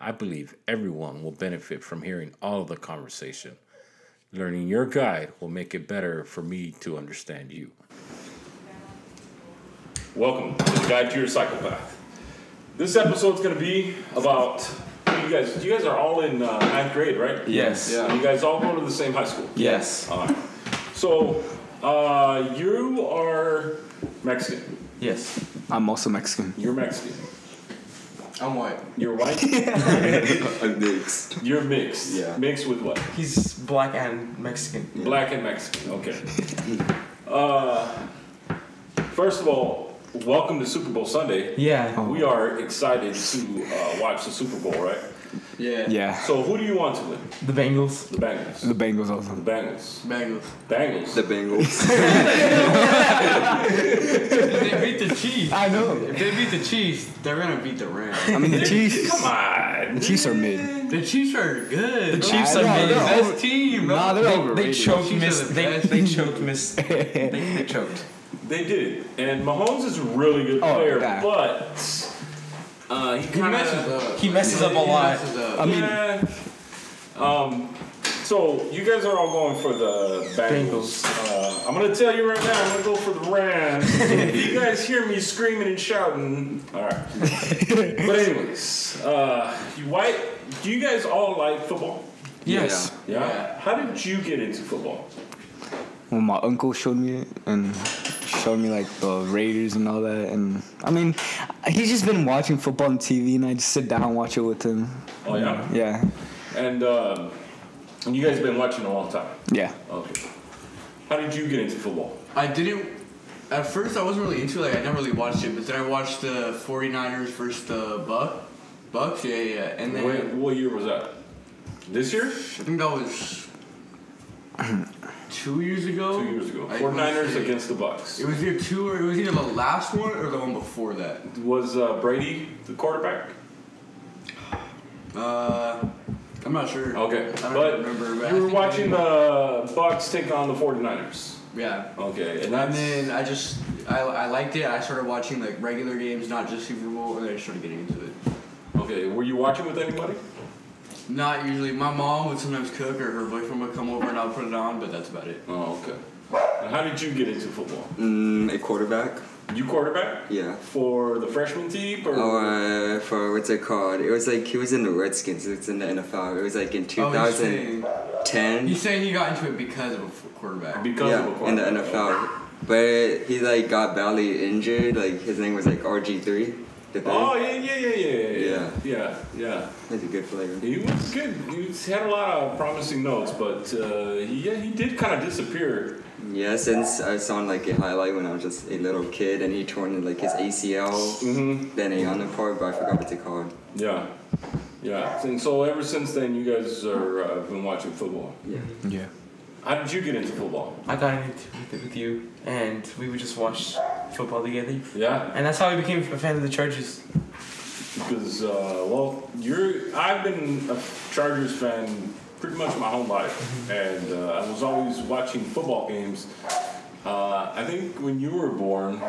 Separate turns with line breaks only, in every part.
I believe everyone will benefit from hearing all of the conversation. Learning your guide will make it better for me to understand you. Welcome to the Guide to Your Psychopath. This episode's going to be about you guys. You guys are all in uh, ninth grade, right?
Yes.
Yeah. You guys all go to the same high school.
Yes.
Oh.
All right. So uh, you are Mexican.
Yes. I'm also Mexican.
You're Mexican.
I'm white.
You're white.
I'm mixed.
You're mixed.
Yeah.
Mixed with what?
He's black and Mexican.
Black and Mexican. Okay. uh, first of all, welcome to Super Bowl Sunday.
Yeah.
We are excited to uh, watch the Super Bowl, right?
Yeah.
Yeah.
So who do you want to win?
The Bengals.
The Bengals.
The Bengals also.
The Bengals.
Bengals.
Bengals.
The Bengals.
If they beat the Chiefs.
I know.
If they beat the Chiefs, they're gonna beat the Rams.
I mean the Chiefs.
Come on.
The Chiefs are mid.
The Chiefs are good. The
Chiefs are mid.
best team.
Nah, they're
they,
overrated.
choked
Chiefs
miss.
are the
They,
best.
they choked miss.
they choked.
They did. And Mahomes is a really good
Oh,
player,
yeah.
but uh, he
He
kind
messes
of.
up. He messes up a lot.
I mean
Yeah. Um, so you guys are all going for the Bengals.
Bengals.
Uh, I'm gonna tell you right now, I'm gonna go for the Rams. if you guys hear me screaming and shouting, all right. but anyways, uh, you white, do you guys all like football?
Yes.
Yeah.
Yeah.
How did you get into football?
well my uncle showed me it and showed me like the Raiders and all that and I mean he's just been watching football on TV and I just sit down and watch it with him.
Oh yeah.
Yeah.
And um, and you guys have been watching a long time.
Yeah.
Okay. How did you get into football?
I didn't. At first, I wasn't really into it. Like, I never really watched it, but then I watched the 49ers versus the Buck. Bucks. Yeah, yeah. And then
When, what year was that? This year?
I think that was two years ago.
Two years ago.
I
49ers
wanna say-
against the Bucks.
It was either two or it was either the last one or the one before that.
Was uh, Brady the quarterback?
Uh, I'm not sure.
Okay,
I don't
but
remember. But I
you were
think
watching
they-
the Bucks take on the 49ers.
Yeah.
Okay, and
And
that's
then I just I, I liked it. I started watching like regular games, not just Super Bowl, and then I started getting into it.
okay. Were you watching with anybody?
Not usually. My mom would sometimes cook, or her boyfriend would come over, and I'll put it on. But that's about it.
Oh, okay. And how did you get into football?
Mm, a quarterback.
You quarterback
Yeah.
for the freshman team, or
Or uh, for what's it called? It was like he was in the Redskins. It's in the NFL. It was like in
Oh, he's saying,
2010.
he's saying he got into it because of a f- quarterback.
because of a
uh, yeah, in the
quarterback?
NFL. But he like got badly injured. Like his name was like RG three.
Oh yeah, yeah, yeah, yeah, yeah,
Yeah.
yeah, yeah.
He's a good player.
He was good. He had a lot of promising notes, but uh, he, yeah, he did kind of disappear.
Yeah, since I saw like a highlight when I was just a little kid, and he torn like his ACL,
Mhm.
then a on the part, but I forgot what's it called.
Yeah, yeah. And so ever since then, you guys are uh, been watching football.
Yeah.
Yeah.
How did you get into football?
I got into it with you, and we would just watch football together.
Yeah,
And that's how I became a fan of the Chargers.
because uh, well, you're. I've been a Chargers fan pretty much my whole life, and uh, I was always watching football games. Uh, I think when you were born,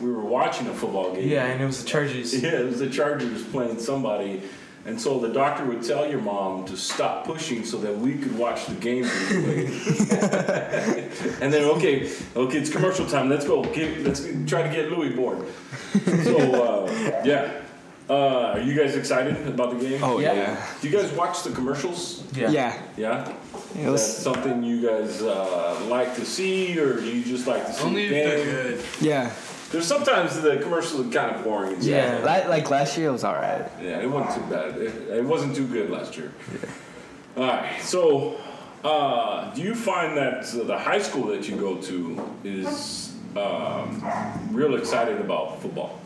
we were watching a football game.
Yeah, and it was the Chargers.
Yeah, it was the Chargers playing somebody. And so the doctor would tell your mom to stop pushing so that we could watch the game. being played. and then okay, okay, it's commercial time. Let's go. Get, let's get- try to get Louis bored. So uh, yeah, uh, are you guys excited about the game?
Oh
Yeah.
yeah.
Do you guys watch the commercials?
Yeah.
Yeah,
It
that's
was
something you guys uh, like to see, or do you just like to see
Only if
the
they're
game?
good.
yeah.
There's sometimes the commercials are kind of boring. And stuff.
Yeah.
Like, like last year it was alright.
Yeah, it wasn't too bad. It, it wasn't too good last year. All right. So, uh, do you find that uh, the high school that you go to is um, real excited about football?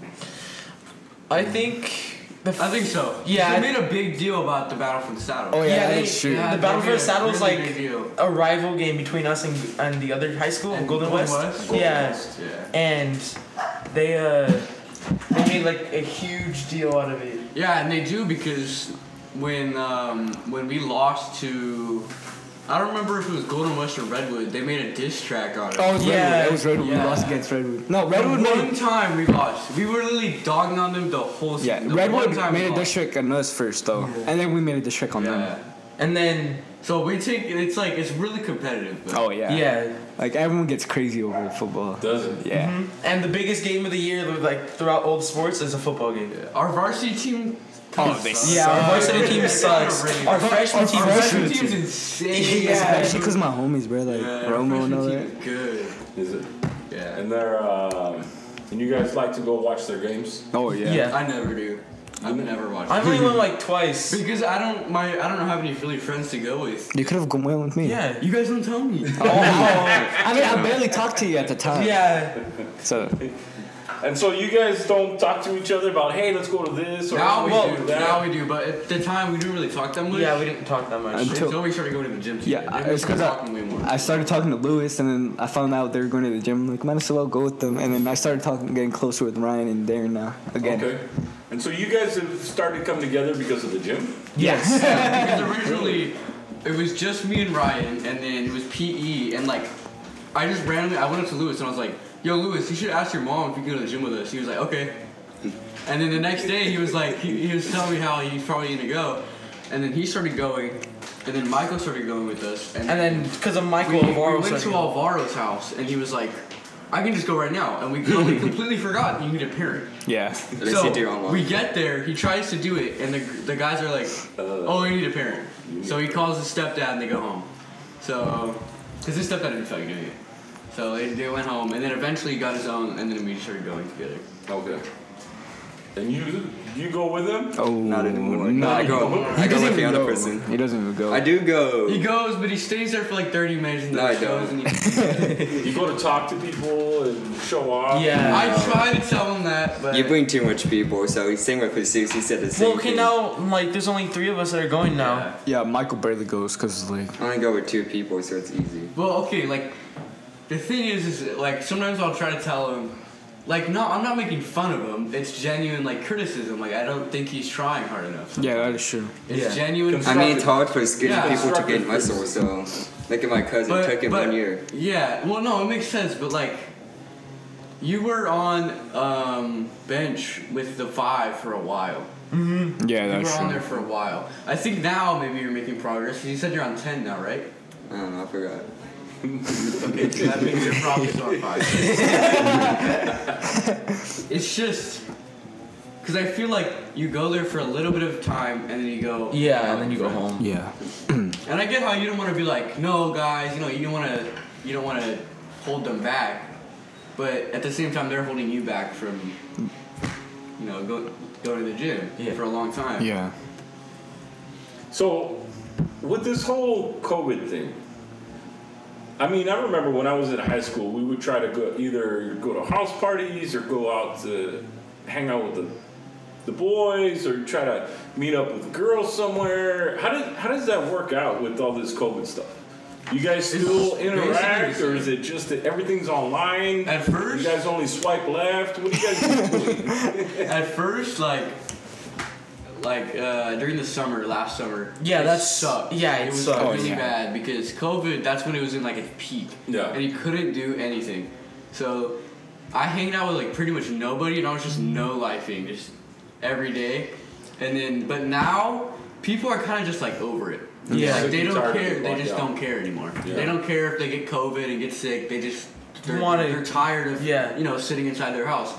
I think The
I think so.
Yeah, I-
They made a big deal about the Battle for the Saddle.
Oh, yeah,
yeah,
that
they,
is true.
Yeah,
the Battle
they
for
made
the
a
Saddle is
really
like
big deal.
a rival game between us and and the other high school,
And
Golden West.
Golden
yeah.
West, yeah.
and they uh they made like a huge deal out of it.
Yeah, and they do because when um, when we lost to, I don't remember if it was Golden West or Redwood. They made a diss track on it.
Oh, it was Redwood.
Yeah.
That was Redwood.
Yeah.
We lost against Redwood. No, Redwood
Redwood
made.
one time we lost. We were literally dogging on them the whole
Yeah,
season. The
Redwood
one time we
made a
lost.
district on us first, though, and then we made a district on
Yeah.
them.
And then
So we take it's like it's really competitive. But
Oh yeah.
yeah,
Like everyone gets crazy over football.
Does it?
Yeah.
and the biggest game of the year like throughout old sports is a football game.
our varsity team.
Oh, they
sucks.
Yeah, our varsity team sucks. Our freshman
Our
team
Our
freshman
is
varsity team's insane.
Yeah.
Especially because my homies, bro, like
Yeah, our
Romo and all
freshman team
that.
is good.
Is it?
Yeah.
And they're um, and you guys like to go watch their games?
Oh yeah.
yeah.
I never do. I've never watched.
I only went like twice.
Because I don't my I don't have any really friends to go with.
You could have gone well with me.
Yeah.
You guys don't tell me.
Oh,
I mean, I barely talked to you at the time.
yeah.
So
And so you guys don't talk to each other about, hey, let's go to this or
now we
"Let's go
do.
to that."
Now we do. But at the time we didn't really talk that much.
Yeah, we didn't talk that much.
I'm-
Until, we started going to the gym.
yeah,
together.
I-
Then we
it's because
started
I,
talking way more.
I started talking to Lewis, and then I found out they were going to the gym. like, might as well go with them. And then I started talking, getting closer with Ryan and Darren now again.
Okay. And so you guys have started to come together because of the gym?
yes.
Because originally, it was just me and Ryan, and then it was PE, and like, I just randomly I went up to Lewis and I was like, "Yo, Lewis, you should ask your mom if you can go to the gym with us." He was like, "Okay." And then the next day, he was like, he, he was telling me how he's probably gonna go, and then he started going, and then Michael started going with us, and,
and then because of
we,
Michael
we
Alvaro
went to
started-
Alvaro's house, and he was like, "I can just go right now," and we completely, completely forgot you need a parent.
Yeah.
At least you do online.
We get there, he tries to do it, and the, the guys are like,
Uh.
oh, we need a parent. So he calls his stepdad and they go home. So, because his stepdad didn't fucking do it. So they, they went home, and then eventually he got his own, and then we started going together.
Okay. And you you go with them?
Oh.
Not
No,
anymore. No, I go. I go with the other
go.
person.
He doesn't even go.
I do
He
go.
goes, but he stays there for like 30 minutes, and then
No,
he
I
goes,
don't.
and he,
You go to talk to people and show off.
Yeah.
I tried to tell him that, but
You bring too much people, so same with pursuits. He said the same
well, okay,
thing.
now like there's only three of us that are going now.
Yeah, Michael barely goes because like.
I only go with two people, so it's easy.
Well, okay, like the thing is, is that, like sometimes I'll try to tell him, like, no, I'm not making fun of him. It's genuine, like criticism. Like I don't think he's trying hard enough.
Yeah, that is true.
It's
Yeah.
genuine.
I mean, it's hard for skinny
Yeah,
people to
constructive
gain muscle, so like my cousin took him one year.
Yeah. Well, no, it makes sense, but like. You were on um, bench with the five for a while.
Yeah,
You were
that's
on there
true.
for a while. I think now maybe you're making progress. 'cause You said you're on ten now, right?
I don't know, I forgot.
Okay, so that means you're probably on five. it's just because I feel like you go there for a little bit of time and then you go.
Yeah, and then you go home.
Yeah.
And I get how you don't want to be like, no, guys, you know, you don't want to, you don't want to hold them back, but at the same time, they're holding you back from, you know, go go to the gym
Yeah.
for a long time.
Yeah.
So with this whole COVID thing, I mean, I remember when I was in high school, we would try to go either go to house parties or go out to hang out with the the boys or try to meet up with girls somewhere. How did how does that work out with all this COVID stuff? You guys still
basically
interact,
the
or is it just that everything's online?
At first-
you guys only swipe left. What do you guys do?
At first, like, like uh, during the summer, last summer.
Yeah,
it
that
sucked.
sucked. Yeah, it
was
sucked.
really
yeah.
bad because COVID. That's when it was in like its peak.
Yeah.
And you couldn't do anything, so I hanged out with like pretty much nobody, and I was just no lifing, just every day. And then, but now people are kind of just like over it.
Yeah.
Like, they
Sick and
don't
tired of
care.
the
They just
lockdown.
don't care anymore.
Yeah.
They don't care if they get COVID and get sick. They just they're,
Wanna-
they're tired of
Yeah.
you know sitting inside their house,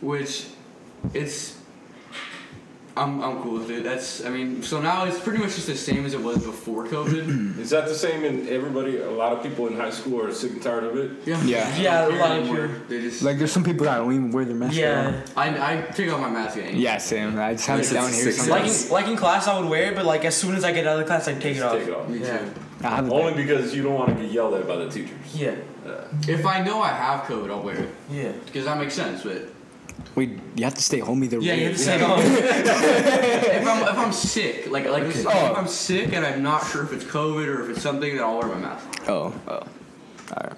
which it's I'm, I'm cool with it. That's I mean, so now it's pretty much just the same as it was before COVID.
Is that the same in everybody? A lot of people in high school are sick and tired of it.
yeah.
Yeah.
They don't
Yeah, a
care
lot of
anymore.
people-
They just
Like there's some people that don't even wear their mask. at all.
Yeah.
I I take off my mask again.
Yeah, Sam. I just have it
Unless
down
it's
here.
six
somewhere.
Like in, like in class, I would wear it, but like as soon as I get out of the class, I take it off.
Take it off.
Me too.
Yeah.
I have it
Only because you don't want to get yelled at by the teachers.
Yeah,
If I know I have COVID, I'll wear it
yeah.
because that makes sense. But
Wait, you have to stay home either
Yeah,
way.
you have to stay home. if I'm if I'm sick, like like this-
Oh.
if I'm sick and I'm not sure if it's COVID or if it's something, then I'll wear my mask.
Oh, oh. All right.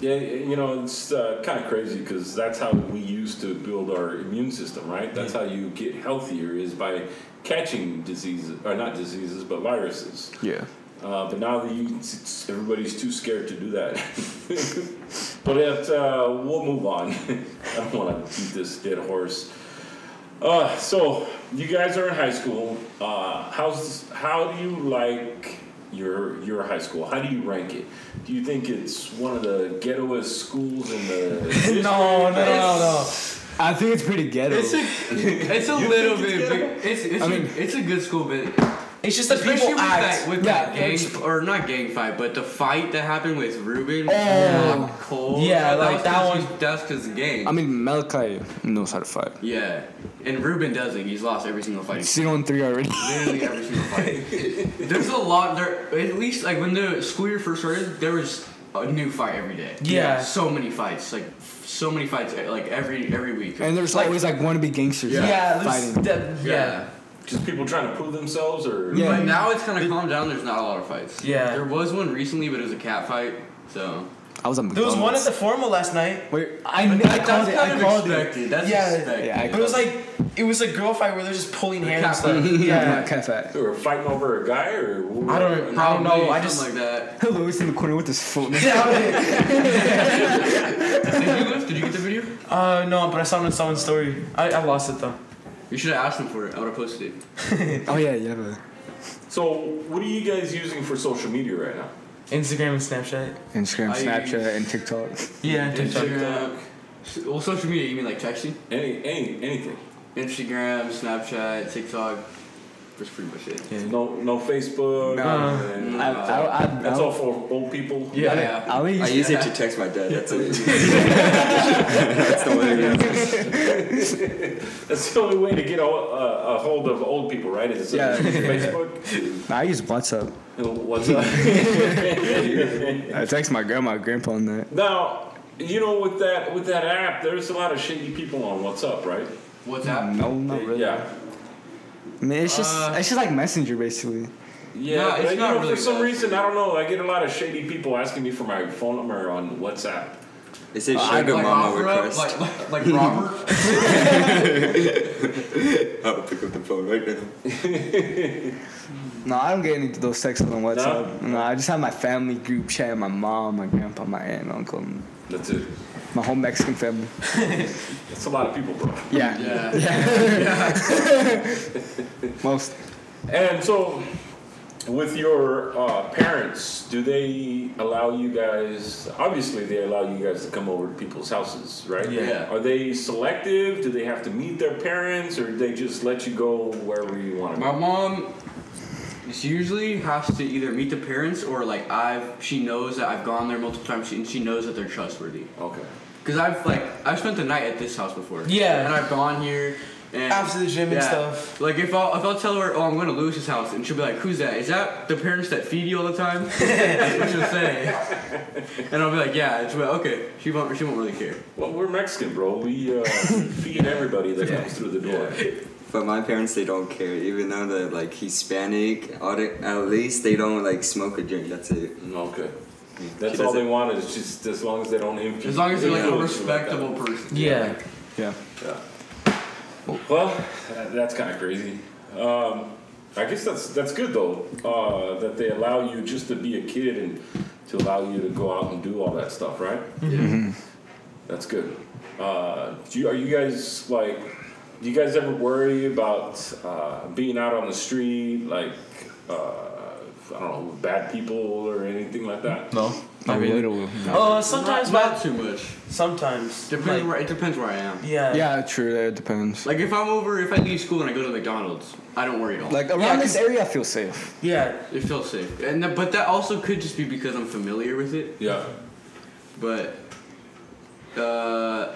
Yeah, you know, it's uh, kind of crazy because that's how we used to build our immune system, right? That's how you get healthier is by catching diseases, or not diseases, but viruses.
Yeah.
Uh, but now that you, it's- it's- everybody's too scared to do that. but if, uh, we'll move on. I don't want to beat this dead horse. Uh, so you guys are in high school. Uh, how's how do you like your your high school? How do you rank it? Do you think it's one of the ghettoest schools in the?
No, no, no,
I think it's pretty ghetto.
It's a it's a little bit. Big, it's it's,
I
a-
mean-
it's a good school, but
It's just that
especially
people
with that
act.
with
Yeah,
that gang
it's-
or not gang fight, but the fight that happened with Ruben. Oh, Cole.
Yeah, like,
was
that
'cause
one-
he's- That's because gang.
I mean, Malachi knows how to fight.
yeah, and Ruben doesn't. He's lost every single fight.
Zero and three already.
literally every single fight. There's a lot there. At least like when the school year first started, there was a new fight every day.
Yeah.
so many fights, like f- so many fights, eh, like every every week.
And there's
Like-
always like wannabe gangsters.
Yeah, there's
Fighting.
that- yeah.
yeah.
Just people trying to prove themselves, or
Yeah.
But now it's kind of calmed down. There's not a lot of fights.
Yeah.
There was one recently, but it was a cat fight. So
I was on
There was
McDonald's.
one at the formal last night.
Wait, I,
But
I
that's
called it.
kind
I
of
called it.
expected. That's
Yeah.
expected.
Yeah, I
It was like it was a girl fight where they're just pulling hair and
cat
stuff.
fight.
Yeah.
Kind of fat.
they were fighting over a guy, or
I don't. I don't know. I
Probably
just.
something like
Louis in the corner with his foot.
Yeah.
that. Did you lift? Did you get the video?
Uh, no, but I saw it in someone's story. I, I lost it though.
You should have asked him for it. I would have posted it.
Oh yeah, yeah. But
So what are you guys using for social media right now?
Instagram and Snapchat.
Instagram,
I
Snapchat, and TikTok.
Yeah. TikTok.
Instagram. Well, social media. You mean like texting?
Any, any anything?
Instagram, Snapchat, TikTok. That's pretty much it.
No no Facebook.
No.
and-
I, I, I,
That's
I,
all for old people.
Yeah.
I only
I
used
use it to text my dad. That's it. that's the way. it is.
That's the only way to get a, a, a hold of old people, right? Is
Yeah.
Facebook.
I use WhatsApp.
and What's up?
I text my grandma, grandpa on that.
now, you know, with that with that app, there's a lot of shitty people on What's Up, right?
What's that?
No, not really.
Yeah.
I mean, it's just
Uh,
it's just like Messenger basically.
Yeah,
No, it's
but, you
not
know,
really
for some
bad.
reason, I don't know. I get a lot of shady people asking me for my phone number on WhatsApp.
They say
I
sugar mama
Opera,
request.
like, like, like Robert.
I will pick up the phone right now.
No, I don't get any of those texts on WhatsApp.
No?
No, I just have my family group chat, my mom, my grandpa, my aunt, uncle, and
That's it.
my whole Mexican family.
That's a lot of people, bro.
Yeah,
yeah.
most.
And so, with your uh, parents, do they allow you guys? Obviously, they allow you guys to come over to people's houses, right?
Yeah.
Are they selective? Do they have to meet their parents, or do they just let you go wherever you want to go?
My mom she usually has to either meet the parents or like I've she knows that I've gone there multiple times and she knows that they're trustworthy.
Okay.
Cause I've like I've spent the night at this house before.
Yeah.
And I've gone here. And
After the gym and stuff.
Like if I'll if I'll tell her, oh, I'm going to Lewis's house, and she'll be like, who's that? Is that the parents that feed you all the time? That's what she'll say. And I'll be like, yeah. And she'll be like, okay. She won't she won't really care.
Well, we're Mexican, bro. We uh, feed everybody that comes through the door.
But my parents, they don't care. Even though they're like Hispanic, all the- at least they don't like smoke or drink. That's it.
Mm,
Okay. That's
She
all they
doesn't-
want is just as long as they don't impede.
As long as they're like a
Yeah.
respectable person.
Yeah.
Yeah.
Yeah. Well, that- that's kind of crazy. Um, I guess that's that's good though uh, that they allow you just to be a kid and to allow you to go out and do all that stuff, right? That's good. Uh, do you, are you guys like? Do you guys ever worry about uh, being out on the street, like uh, I don't know, bad people or anything like that?
No.
Not really.
Uh, sometimes,
not,
but
not too much.
sometimes.
Depends
Like,
where it depends where I am.
Oh, yeah.
Yeah, true. It depends.
Like if I'm over, if I leave school and I go to McDonald's, I don't worry at all.
Like around
Yeah,
this area, I feel safe.
Yeah.
it feels safe, and th- but that also could just be because I'm familiar with it.
Yeah.
But uh,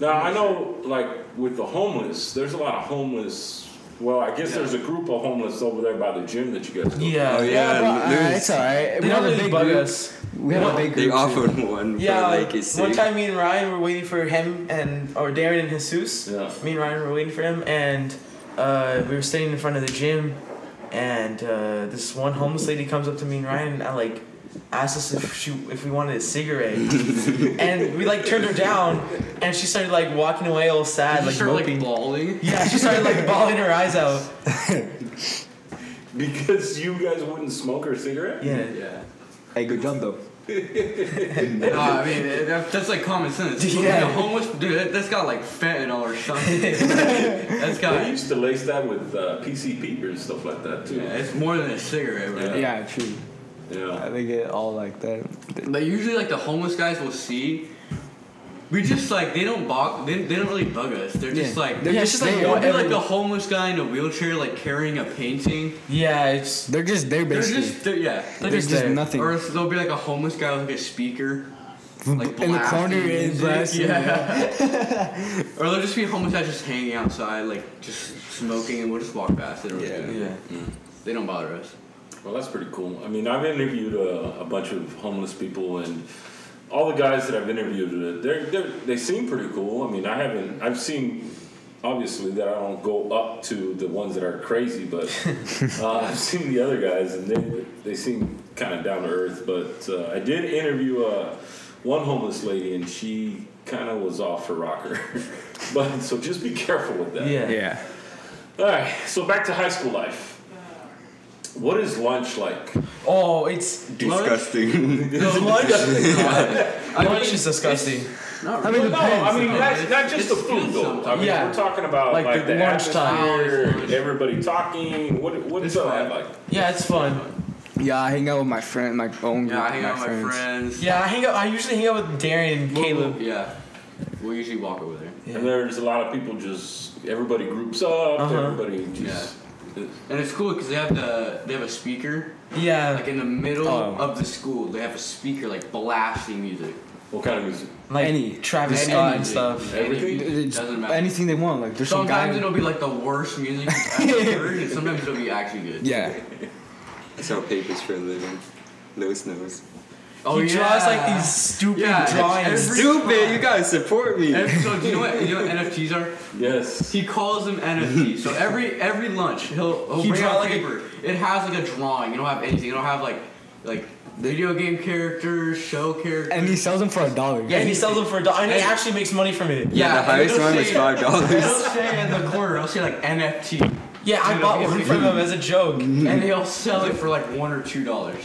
Now I know, like with the homeless, there's a lot of homeless Well, I guess there's a group of homeless over there by the gym that you guys. Go to.
Yeah.
Oh,
but,
yeah. Lu-
uh,
Louis-
it's all right.
They
we have
don't
a
really
big
bug
group.
us.
We have a big
They
group. too.
offered one, but
Yeah,
like it's
one
sick.
time me and Ryan were waiting for him and or Darren and Jesus.
Yeah.
Me and Ryan were waiting for him, and uh, we were standing in front of the gym, and uh, this one homeless lady comes up to me and Ryan, and I like asked us if she if we wanted a cigarette, and we like turned her down, and she started like walking away all sad, like
Sure, like
moping.
bawling.
yeah, she started like bawling her eyes out.
Because you guys wouldn't smoke or cigarette.
Yeah.
Yeah.
Hey, good job though.
No, I mean eh, that, that's like common sense.
Yeah.
The homeless dude, that, that's got like fentanyl or something. that's
They
got.
used to lace that with uh, PCP and stuff like that too.
Yeah, it's more than a cigarette, bro.
Yeah.
Yeah, true.
Yeah.
I think it all like that.
But usually, like the homeless guys will see. We just like they don't bog they, they don't really bug us. They're just
Yeah.
like
They're
yeah,
just
it's just like
there.
it'll be like the homeless guy in a wheelchair, like carrying a painting.
Yeah, it's
They're just there
They're
basically.
just they're, yeah. They're
There's
just
just
there.
nothing.
Or else there'll be like a homeless guy with like a speaker. Like
in the corner
blasting
is blasting.
music. Yeah. or there'll just be homeless guys just hanging outside, like just smoking, and we'll just walk past it. Or Mm.
Yeah.
yeah.
They don't bother us.
Well, that's pretty cool. I mean, I've interviewed a, a bunch of homeless people, and all the guys that I've interviewed, they're, they're, they seem pretty cool. I mean, I haven't, I've seen, obviously, that I don't go up to the ones that are crazy, but uh, I've seen the other guys, and they, they seem kind of down to earth. But uh, I did interview uh, one homeless lady, and she kind of was off her rocker. but so just be careful with that.
Yeah.
yeah.
All right, so back to high school life. What is lunch like?
Oh, it's
Disgusting.
the lunch. lunch is disgusting.
Not
I
really.
mean,
No, I mean
Depends.
not, not just the
It's-
food
it's
though. I mean,
Yeah.
we're talking about like,
Like
the,
the lunchtime.
atmosphere and everybody talking. What what's
It's
that
fine.
like?
Yeah, it's fun.
Yeah, I hang out with my friend, my own group.
yeah, I
of
hang
my
out with my
friends.
friends.
Yeah, I hang out. I usually hang out with Darren and
We'll-
Caleb.
Yeah. We'll usually walk over there.
And there's a lot of people just everybody groups up.
Uh-huh.
Everybody just
And it's cool because they have the they have a speaker like
Yeah,
in the middle
Oh.
of the school. They have a speaker like blasting music.
what kind of music?
like
Any.
Travis
Any
Scott and
music.
stuff.
Any
Everything?
music,
It's
Doesn't matter.
Anything they want, like there's
sometimes
some guy.
it'll be like the worst music you've ever heard, and sometimes it'll be actually good.
Yeah,
That's how papers for a living. Louis knows.
Oh,
he draws like these stupid
Yeah, it's
drawings.
every-
Stupid! You guys support me.
And so do you know what do you know what NFTs are?
Yes.
He calls them NFTs. So every every lunch he'll, he'll
He
bring
draw
out
like a-
paper. it has like a drawing. You don't have anything. You don't have like like video game characters, show characters.
and he sells them for a dollar.
yeah, he sells them for a dollar, and he
Any-
actually makes money from it.
Yeah, the
and
highest
it'll
one was
say-
five dollars.
It'll say in the corner. It'll say like NFT,
Yeah, I
Dude,
bought
okay.
one from him as a joke.
and they'll sell it for like one or two dollars.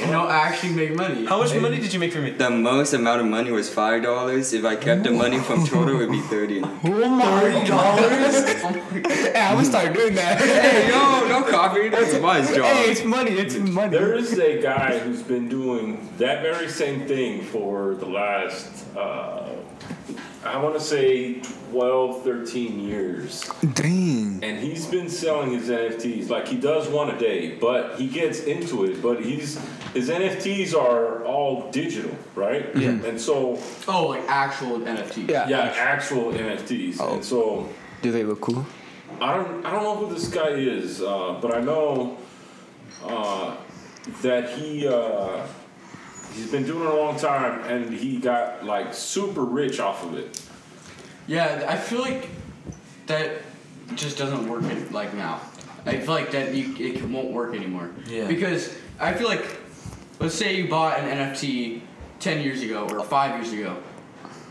And they'll actually make money.
How much money did you make from it?
The most amount of money was five dollars. If I kept the money from total, it would be thirty.
Oh my dollars!
Oh my God.
hey, I would start doing that.
Hey, yo, no coffee. That's wise job.
hey, it's money. It's money.
There is a guy who's been doing that very same thing for the last, uh, I want to say 12, 13 years.
Dang.
And he's been selling his NFTs. Like he does one a day, but he gets into it. But he's his NFTs are all digital, right? Yeah. And so
Oh, like actual NFT.
Yeah.
yeah, actual NFTs.
Oh.
And so
Do they look cool?
I don't I don't know who this guy is, uh, but I know uh, that he uh, he's been doing it a long time, and he got like super rich off of it.
Yeah, I feel like that just doesn't work in, like now. I feel like that you, it won't work anymore.
Yeah.
Because I feel like, let's say you bought an NFT ten years ago or five years ago,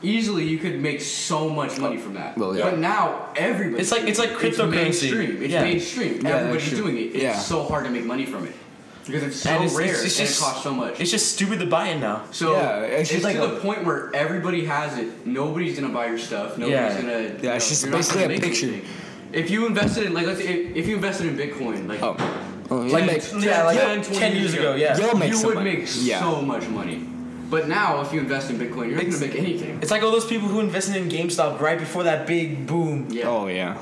easily you could make so much money from that.
Well, yeah.
But now everybody.
It's like- it's like cryptocurrency.
mainstream. It's
Yeah.
mainstream.
Yeah,
Everybody's
that's true.
doing it. It's
Yeah.
so hard to make money from it because it's so
And it's-
rare
it's- it's
and
just-
it costs so much.
It's just stupid to buy it now.
So
Yeah, it's
it's,
just like
to
a-
the point where everybody has it. Nobody's gonna buy your stuff. Nobody's
Yeah.
gonna. you know,
it's just
you're not
basically
gonna
a
make
picture.
anything. If you invested in like let's say if, if you invested in Bitcoin like
Oh. oh yeah.
like,
Like,
yeah, like
10,
10 years ago, yeah.
You'll make
you
some
would
money.
make
Yeah.
so much money. But now if you invest in Bitcoin, you're not gonna make anything.
It's like all those people who invested in GameStop right before that big boom.
Yeah.
Oh yeah.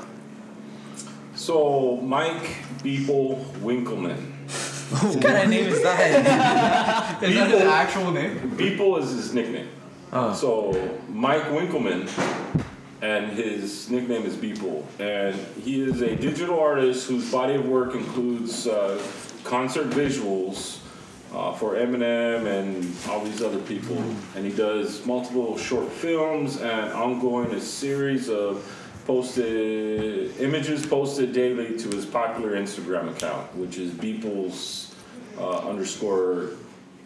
So Mike Beeple Winkleman.
What kind of name is that?
Is that his actual name?
Beeple is his nickname.
Oh.
So Mike Winkleman, uh, and his nickname is Beeple. And he is a digital artist whose body of work includes uh, concert visuals uh, for Eminem and all these other people. And he does multiple short films and ongoing a series of posted images posted daily to his popular Instagram account, which is Beeple's uh, underscore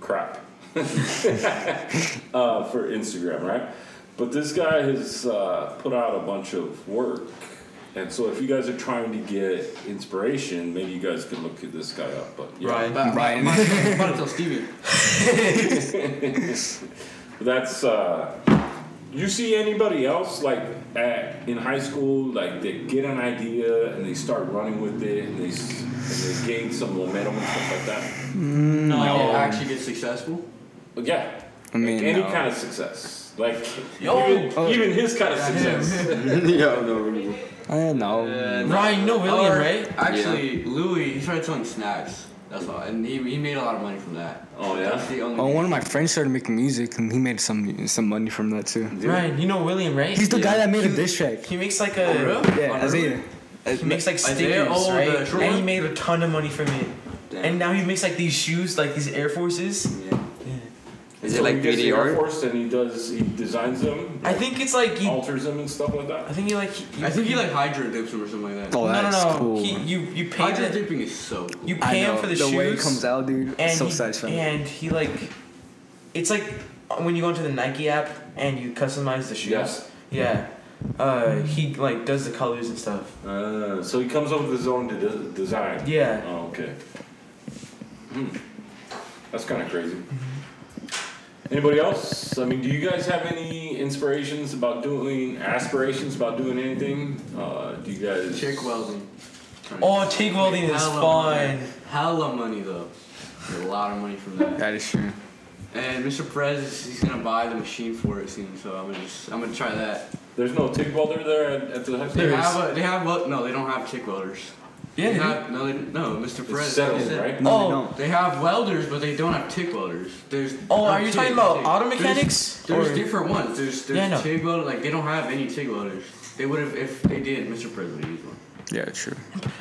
crap uh, for Instagram, right? But this guy has uh, put out a bunch of work. And so if you guys are trying to get inspiration, maybe you guys can look at this guy up. But yeah,
Ryan. But,
Ryan.
I'm about to tell Steven.
that's. Uh, you see anybody else like at, in high school, like they get an idea and they start running with it and they, s- and they gain some momentum and stuff like that?
No, no. actually get successful.
But yeah,
I mean,
any
no.
kind of success. Like
Yo!
even,
Oh.
even his kind of success.
yeah, no.
I know.
Uh,
Ryan, no William,
or-
right?
Actually, Louis, he started selling snacks. That's all, and he, he made a lot of money from that.
Oh, yeah?
That's the only.
Oh, one of my friends started making music, and he made some some money from that too.
Ryan, you know William, right?
He's the guy that made a diss track.
He makes like
Oh,
a.
Yeah,
On
Isaiah.
He makes like
Isaiah,
stickers,
oh,
right?
the short
And he
one?
made a ton of money from it.
Damn.
And now he makes like these shoes, like these Air Forces.
Yeah.
Yeah.
Is
So
it like
he gets the
3D
Air
art?
Force and he does he designs them,
I think it's like you.
alters them and stuff like
I
that.
think you like. you-
I think he like hydro dips him or something like that.
Oh,
No, no,
that's
no.
cool.
He, you you pay
Hydro
the,
dipping is so. Cool.
you
I
pay him
know,
for the,
the
shoes.
way it comes out, dude.
and
so
he,
satisfying.
And he like, it's like uh, when you go into the Nike app and you customize the shoes.
Yeah.
Yeah. Uh, he like does the colors and stuff.
Uh, so he comes up with his own de- design.
Yeah.
Oh, okay. Hmm. That's kind of crazy. Anybody else? I mean, do you guys have any inspirations about doing aspirations about doing anything? Uh, do you guys?
Chick welding.
Oh, TIG welding is fun.
Hella money though. A lot of money from that.
that is true.
And Mr. Perez, is- he's gonna buy the machine for it soon, so I'm gonna just, I'm gonna try that.
There's no TIG welder there at, at the high school.
They have, a, they have, what? no, they don't have chick welders.
Yeah,
They
they do.
have, no, they, no, Mr.
It's
Perez.
settled,
said-
right?
No,
Oh.
they don't.
They have welders, but they don't have TIG welders. There's
Oh,
or
are you
TIG,
talking about
TIG.
auto
There's-
mechanics?
There's,
Or-
different ones. There's there's
Yeah, I know.
TIG welder. Like they don't have any TIG welders. They would have if they did. Mr. Perez would use one.
Yeah, true.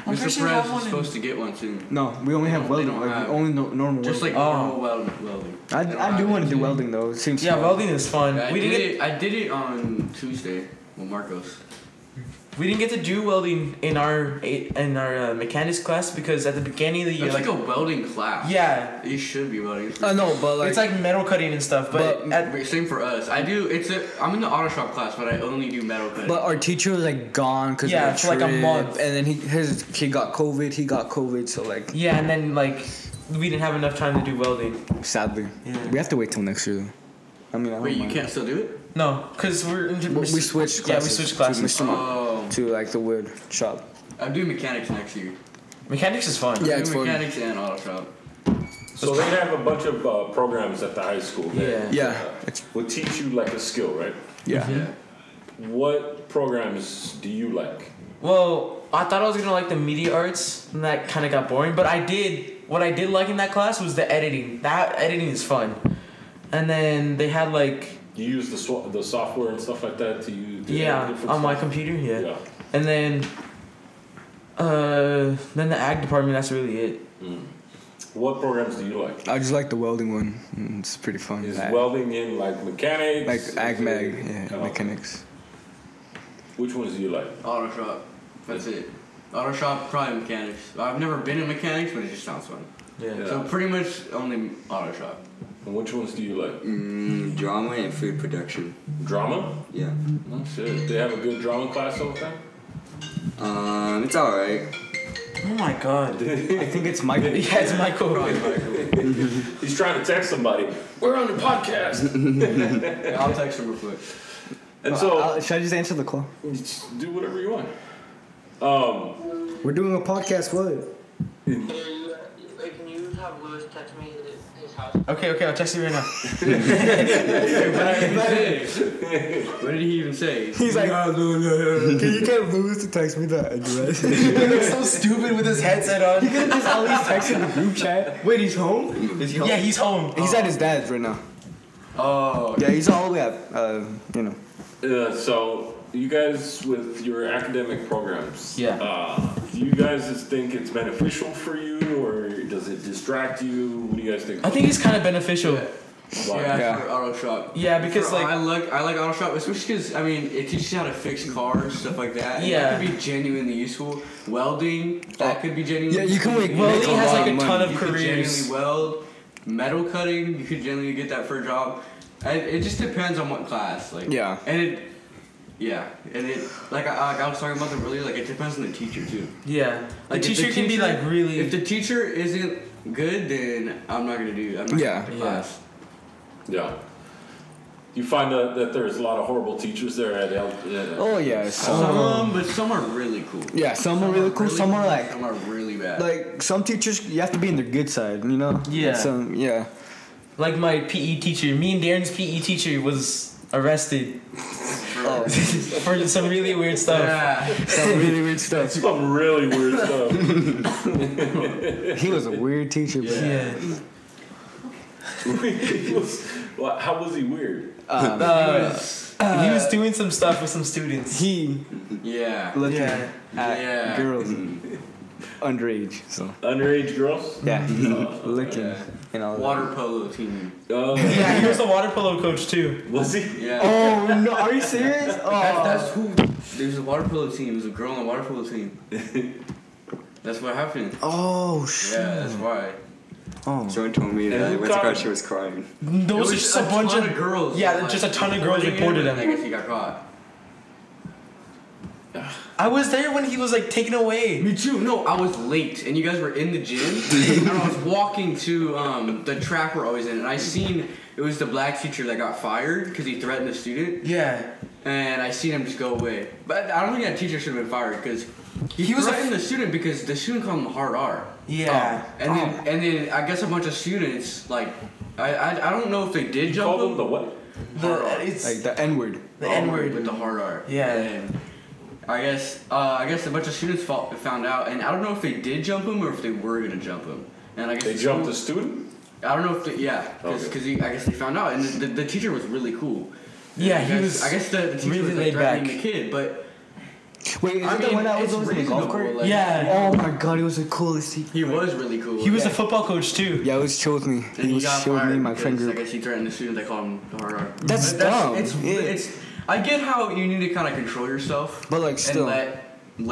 I'm pretty
Mr.
sure they
Perez
have
is
one in-
supposed to get one soon.
No, we only have
They
welding.
don't
Like,
have-
we only no, normal
Just
welding.
like
Oh.
normal weld, welding. They don't
I, I do
have
want
it.
to do welding though. It seems
Yeah,
fun.
welding is fun.
I
we
did
didn't get
it. I did it on Tuesday with Marcos.
we didn't get to do welding in our in our uh, mechanics class because at the beginning of the year,
It's like,
like,
a welding class.
yeah,
You should be welding.
I know, but like,
it's like metal cutting and stuff. But,
But-
at,
Same for us. I do. It's a. I'm in the auto shop class, but I only do metal cutting.
But our teacher was like gone because
Yeah, for, like, a month.
and then he his he got COVID. He got COVID, so like
yeah, and then like we didn't have enough time to do welding.
sadly,
Yeah.
we have to wait till next year though. I mean, I don't
Wait, you
mind.
can't still do it?
No, because we're into,
But we switched.
Yeah, we
classes
switched classes.
to, Mr. Mo-
Oh,
to like the wood shop.
I'm doing mechanics next year.
mechanics is fun.
Yeah,
Doing
it's fun.
mechanics and auto shop.
So they have a bunch of uh, programs at the high school that
Yeah,
uh, will teach you like a skill, right?
yeah.
Mm-hmm.
Yeah.
What programs do you like?
Well, I thought I was gonna like the media arts, and that kind of got boring. But I did what I did like in that class was the editing. That editing is fun. And then they had like
Do you use the sw- the software and stuff like that to use? to
yeah
different
on my
stuff?
computer. Yeah.
Yeah.
And then, uh, then the ag department. That's really it.
What programs do you like?
I just like the welding one. Mm, It's pretty fun.
Is
Like-
welding in like mechanics?
like
Is
ag
it-
mag, yeah,
Oh,
mechanics.
Which ones do you like?
Auto shop. That's it. Auto shop, probably mechanics. I've never been in mechanics, but it just sounds fun.
Yeah.
So pretty much only auto shop.
And which ones do you like?
Mm, drama and food production.
Drama?
Yeah.
Oh, shit. They have a good drama class all the time?
Um, it's alright.
Oh my god. yeah,
I think it's Michael.
it's Michael.
He's trying to text somebody. We're on the podcast.
Yeah, I'll text him real quick.
and
Uh,
so
should I just answer the call?
just do whatever you want. Um,
We're doing a podcast. What?
Can like, can you have Lewis text me his, his house?
okay, okay, I'll text you right now.
What did he even say?
He's like, Can you get Lewis to text me that address? you
he looks so stupid with his headset on.
could just at least text in the group chat. Wait, he's home? Is he
Yeah, he's home.
He's at his dad's right now.
Oh,
Yeah, he's all the way up. Uh, you know.
uh, so you guys with your academic programs.
Yeah.
Uh, do you guys just think it's beneficial for you, or does it distract you? What do you guys think?
I think it's kind of beneficial.
Yeah.
Why?
Yeah,
Yeah.
for auto shop.
Yeah, because,
For-
like-
I like I like auto shop, especially because I mean it teaches you how to fix cars, stuff like that. and
Yeah.
that could be genuinely useful. Welding, that could be genuinely.
Yeah, you can
useful.
make-
You
Welding
a
has
lot
like a
of
ton
money.
of
could
careers.
genuinely weld. Metal cutting, you could genuinely get that for a job. I, it just depends on what class, like.
Yeah.
And it, yeah, and it like I, like I was talking about them earlier, like it depends on the teacher too.
Yeah, a
Like, if
teacher can be like really.
If the teacher isn't good, then I'm not gonna do. I'm not
Yeah.
gonna do
Yeah.
class.
Yeah. You find out that there's a lot of horrible teachers there at El.
Oh yeah, some,
Some, um, but some are really cool.
yeah, some are really cool. Some are like
some are really bad.
like some teachers you have to be in their good side, you know.
Yeah.
Some yeah.
like my PE teacher, me and Darren's PE teacher was arrested
Oh,
for some really weird stuff.
yeah,
some really weird stuff.
Some really weird stuff.
He was a weird teacher, but
Yeah.
He was- well, how was he weird?
um,
Uh, he was doing some stuff with some students.
he
yeah,
looked
Yeah. Mm-hmm.
at
Yeah.
girls underage. So
Underage girls?
yeah, he looking
yeah.
and all
water polo team.
Uh,
Yeah, he was the water polo coach too.
was he?
that.
Yeah,
Oh no, are you serious?
That-
Oh,
that's who. There's a water polo team. There's a girl on the water polo team. that's what happened.
oh shit.
Yeah, that's why.
Oh.
Someone told me that
who
went to
got-
college, she was crying.
There was,
It
just a, bunch
ton
of,
of, girls.
Yeah,
like,
just a ton of girls
reporting it,
reported
and I
him.
guess he got caught.
I was there when he was like taken away.
Me too. No, I was late, and you guys were in the gym, and I was walking to um, the track we're always in, and I seen it was the black teacher that got fired because he threatened a student.
Yeah.
and I seen him just go away. But I don't think that teacher should have been fired because he,
He was
was
a-
threatened the student because the student called him a hard R. Um,
Yeah. Um,
And then and then I guess a bunch of students like I I, I don't know if they did
Call
jump
them
him
the what?
The, it's
Like the N word.
the
Oh,
N
with
word.
the hard R.
Yeah.
And I guess uh, I guess a bunch of students fo- found out, and I don't know if they did jump him or if they were gonna jump him. And I guess
They
the
jumped a
school-
student?
I don't know if they, yeah, because
Okay.
I guess they found out, and the, the teacher was really cool.
Yeah,
I
he
guess-
was
I guess the, the teacher
really
was
laid
like,
back.
threatening the kid, but
Wait, is
I
it the
mean,
one that was
it's
always in the golf
reasonable,
cart?
like-
yeah.
Oh my god, he was the coolest teacher.
He was really cool.
He was the football coach too.
Yeah, it was chilled me.
And
He was
got
chilled me,
fired
my
because
friend
I
group.
guess he threatened the student. They called him the hard R.
That's
But
dumb.
It's,
Yeah.
it's. I get how you need to kind of control yourself.
But, like, still.
And let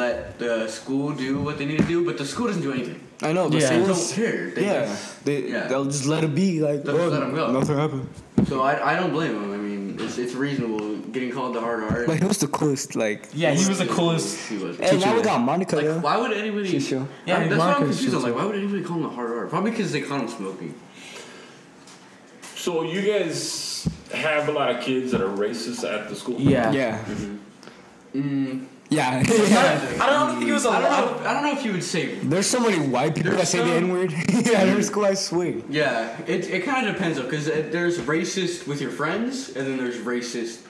let the school do what they need to do, but the school doesn't do anything.
I know, but
Yeah.
so
They
was-
don't care. They
yeah,
just-
they
yeah.
they'll just let it be like
They'll just
oh,
let 'em go.
nothing happened.
So I, I don't blame him. I mean, it's, it's reasonable getting called the hard R.
Like he was the coolest. Like
Yeah, he was the coolest.
He was.
and now we
teacher.
got Monica.
Like,
yo.
why would anybody?
She's chill.
Yeah,
Yeah, that's why I'm
Monica's
confused.
chill
I'm like, why would anybody call him the hard R? Probably because they caught him smoking.
So you guys have a lot of kids that are racist at the school?
Yeah.
yeah,
Mm,
yeah.
I don't think he was a
I don't
lot.
know. I don't know if you would say
There's so many white people that
There's
say the
some-
N word. yeah, in school, I swear.
Yeah, it, it kind of depends though, because there's racist with your friends, and then there's racist,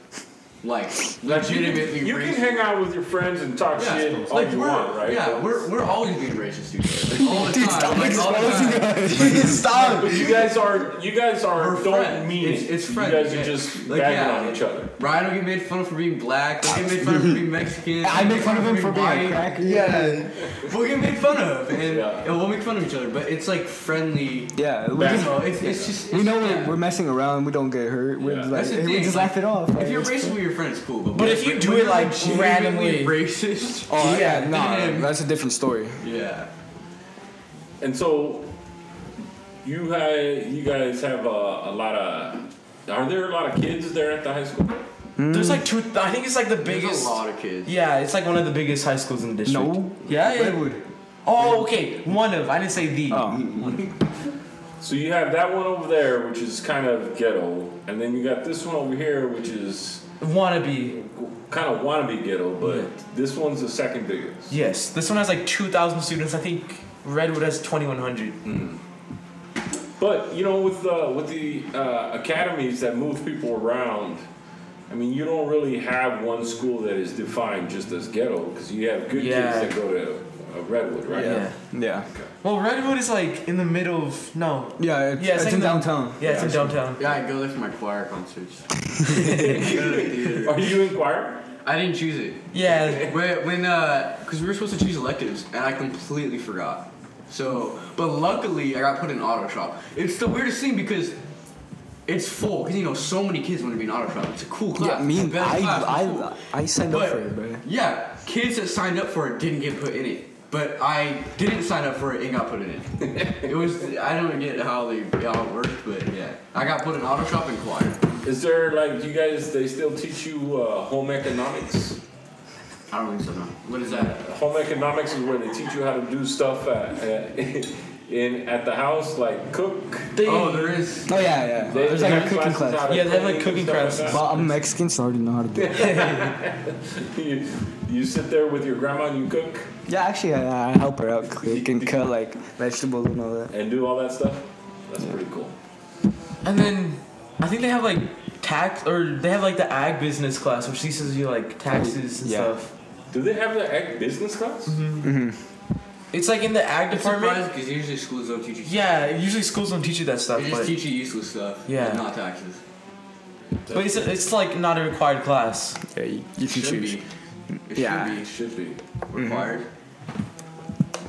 like
Like you can,
legitimately
you
racist.
can hang out with your friends and talk
yeah.
shit all
like
you
we're,
want, right?
Yeah, we're, we're always being racist to each other. All the time.
stop
like, all the time.
exposing us.
But you guys are you guys are
We're
don't
friends.
mean
It's-
it.
it's
you
friends,
guys are
yeah.
just
Like,
bagging
yeah.
on each other.
Ryan don't get made fun of for being black. Don't get made fun of for being Mexican.
I make fun of him for being a
white.
cracker.
Yeah, we'll get made fun of, and,
Yeah.
and we'll make fun of each other. But it's like friendly.
yeah. We,
You
Back.
just,
know, it's, it's just
we
it's-
know
yeah.
we're, we're messing around. We don't get hurt. We're
Yeah.
just
That's
like
the
we
thing,
just
like,
laugh it off. like,
If you're
it's-
racist with your friends, cool. But,
if you
when
do
you're
it, like,
legitimately
randomly-
racist.
oh yeah, no,
then-
that's a different story.
yeah.
And so you guys you guys have a, a lot of are there a lot of kids there at the high school?
There's like two. I think it's like the
There's
biggest.
a lot of kids.
Yeah, it's like one of the biggest high schools in the district.
No.
Yeah, yeah.
Redwood.
Oh, okay. One of. I didn't say the.
Oh,
So you have that one over there which is kind of ghetto, and then you got this one over here which is
Wannabe.
kind of wannabe ghetto, but this one's the second biggest.
Yes. This one has like 2,000 students. I think Redwood has 2,100.
But you know, with uh, with the uh, academies that move people around, I mean, you don't really have one school that is defined just as ghetto because you have good
Yeah.
kids that go to uh, Redwood, right?
Yeah.
yeah,
Well, Redwood is like in the middle of. No.
yeah. It's,
Yeah,
it's
like
in
the-
downtown.
Yeah, it's in downtown.
Yeah, I go there for my choir concerts.
Are you in choir?
I didn't choose it.
Yeah.
When, when uh, cause we were supposed to choose electives, and I completely forgot. So, but luckily I got put in auto shop. It's the weirdest thing because it's full. Cause you know so many kids want to be in auto shop. It's a cool class.
Yeah, me.
It's the best
I,
class. It's cool.
I, I signed up
But
for it, bro.
yeah, kids that signed up for it didn't get put in it. But I didn't sign up for it and got put in it. it was I don't get how they how it worked, but yeah, I got put in auto shop and choir.
Is there like do you guys? They still teach you uh, home economics.
I don't think so. No. What is that?
Home economics is where they teach you how to do stuff at, at, in at the house, like cook.
They,
Oh, there is.
Oh yeah, yeah.
They,
There's
they
like a
have
cooking
classes how
class.
to
Yeah, they have, like,
cook
cooking
and stuff like
classes.
Well, I'm Mexican, so I already know how to do it.
that. you, you sit there with your grandma and you cook
Yeah, actually, I, I help her out cook and cut like vegetables and all that.
and do all that stuff. That's pretty cool.
and then I think they have like tax or they have like the ag business class which teaches you like taxes and
Yeah.
stuff.
Do they have the ag business class?
It's like in the ag
It's
department.
surprising because usually schools don't teach you.
Yeah, usually schools don't teach you that stuff,
They
but
just teach you useless stuff.
Yeah.
Not taxes.
but it's it's like not a required class.
Yeah, you, you can
Should
choose.
be. It
Yeah.
It should be.
should be required.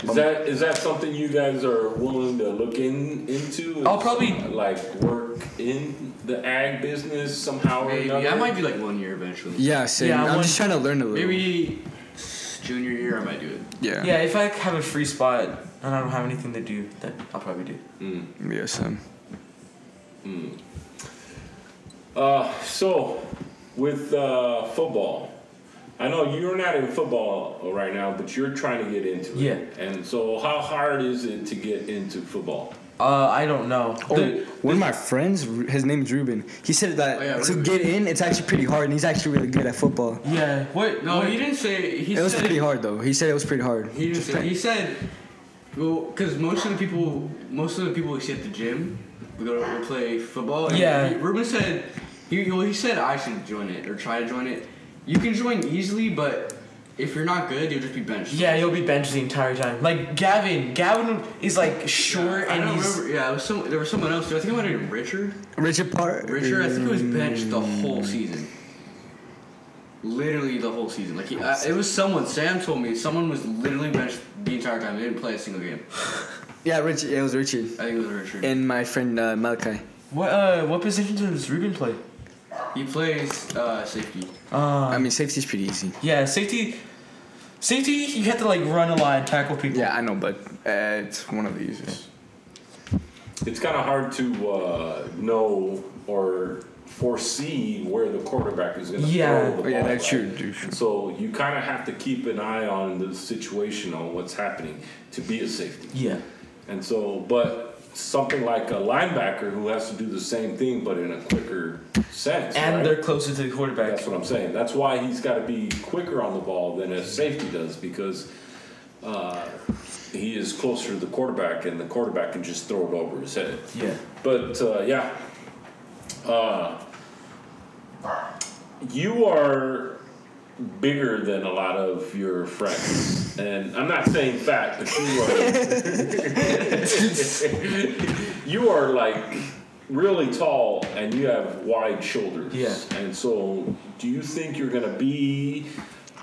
Is that is that something you guys are willing to look in into?
I'll probably-
like work in the ag business somehow
Maybe
or another.
I might do like one year eventually.
Yeah, same.
Yeah,
I'm
one-
just trying to learn a little.
Maybe s- junior year I might do it.
Yeah.
Yeah, if I have a free spot and I don't have anything to do, then I'll probably do.
Yeah, same.
Uh, so, with uh, football, I know you're not in football right now, but you're trying to get into it.
Yeah.
And so, how hard is it to get into football?
Uh, I don't know.
Oh,
The-
one of my friends, Ru- his name's Ruben. He said that
Oh, yeah,
to
Ruben.
get in, it's actually pretty hard, and he's actually really good at football.
yeah. What?
No,
what-
he didn't say. He
It was
said,
pretty hard though. He said it was pretty hard.
He didn't say. He said, well, because most of the people, most of the people we see at the gym, we go to we play football. and
Yeah.
he- Ruben said, he, well, he said I should join it or try to join it. You can join easily, but if you're not good, you'll just be benched.
Yeah, you'll be benched the entire time. Like Gavin, Gavin is like short
I
and
don't
he's
remember. Yeah, it was some, there was someone else. too. I think it might have been Richard.
Richard Parr.
Richard, I think he was benched the
Mm.
whole season. Literally the whole season. Like
Oh,
he, uh, it was someone. Sam told me someone was literally benched the entire time. They didn't play a single game.
Yeah, Richard. It was Richard.
I think it was Richard.
And my friend uh, Malachi.
what? Uh, what position does Ruben play?
he plays uh, safety.
Uh,
I mean, safety's pretty easy.
yeah, safety. Safety, you have to like run a lot and tackle people.
Yeah, I know, but uh, it's one of the easiest.
It's kind of hard to uh, know or foresee where the quarterback is going to
Yeah.
throw the
Oh,
ball.
yeah, that's
right?
true, dude, sure.
So you kind of have to keep an eye on the situation, on what's happening to be a safety.
Yeah.
And so, but something like a linebacker who has to do the same thing but in a quicker sense.
And
right?
they're closer to the quarterback.
That's what I'm saying. That's why he's got to be quicker on the ball than a safety does because uh, he is closer to the quarterback and the quarterback can just throw it over his head.
Yeah.
But uh, yeah, uh, you are bigger than a lot of your friends, and I'm not saying fat, but you are. you are like really tall, and you have wide shoulders.
Yeah.
And so, do you think you're gonna be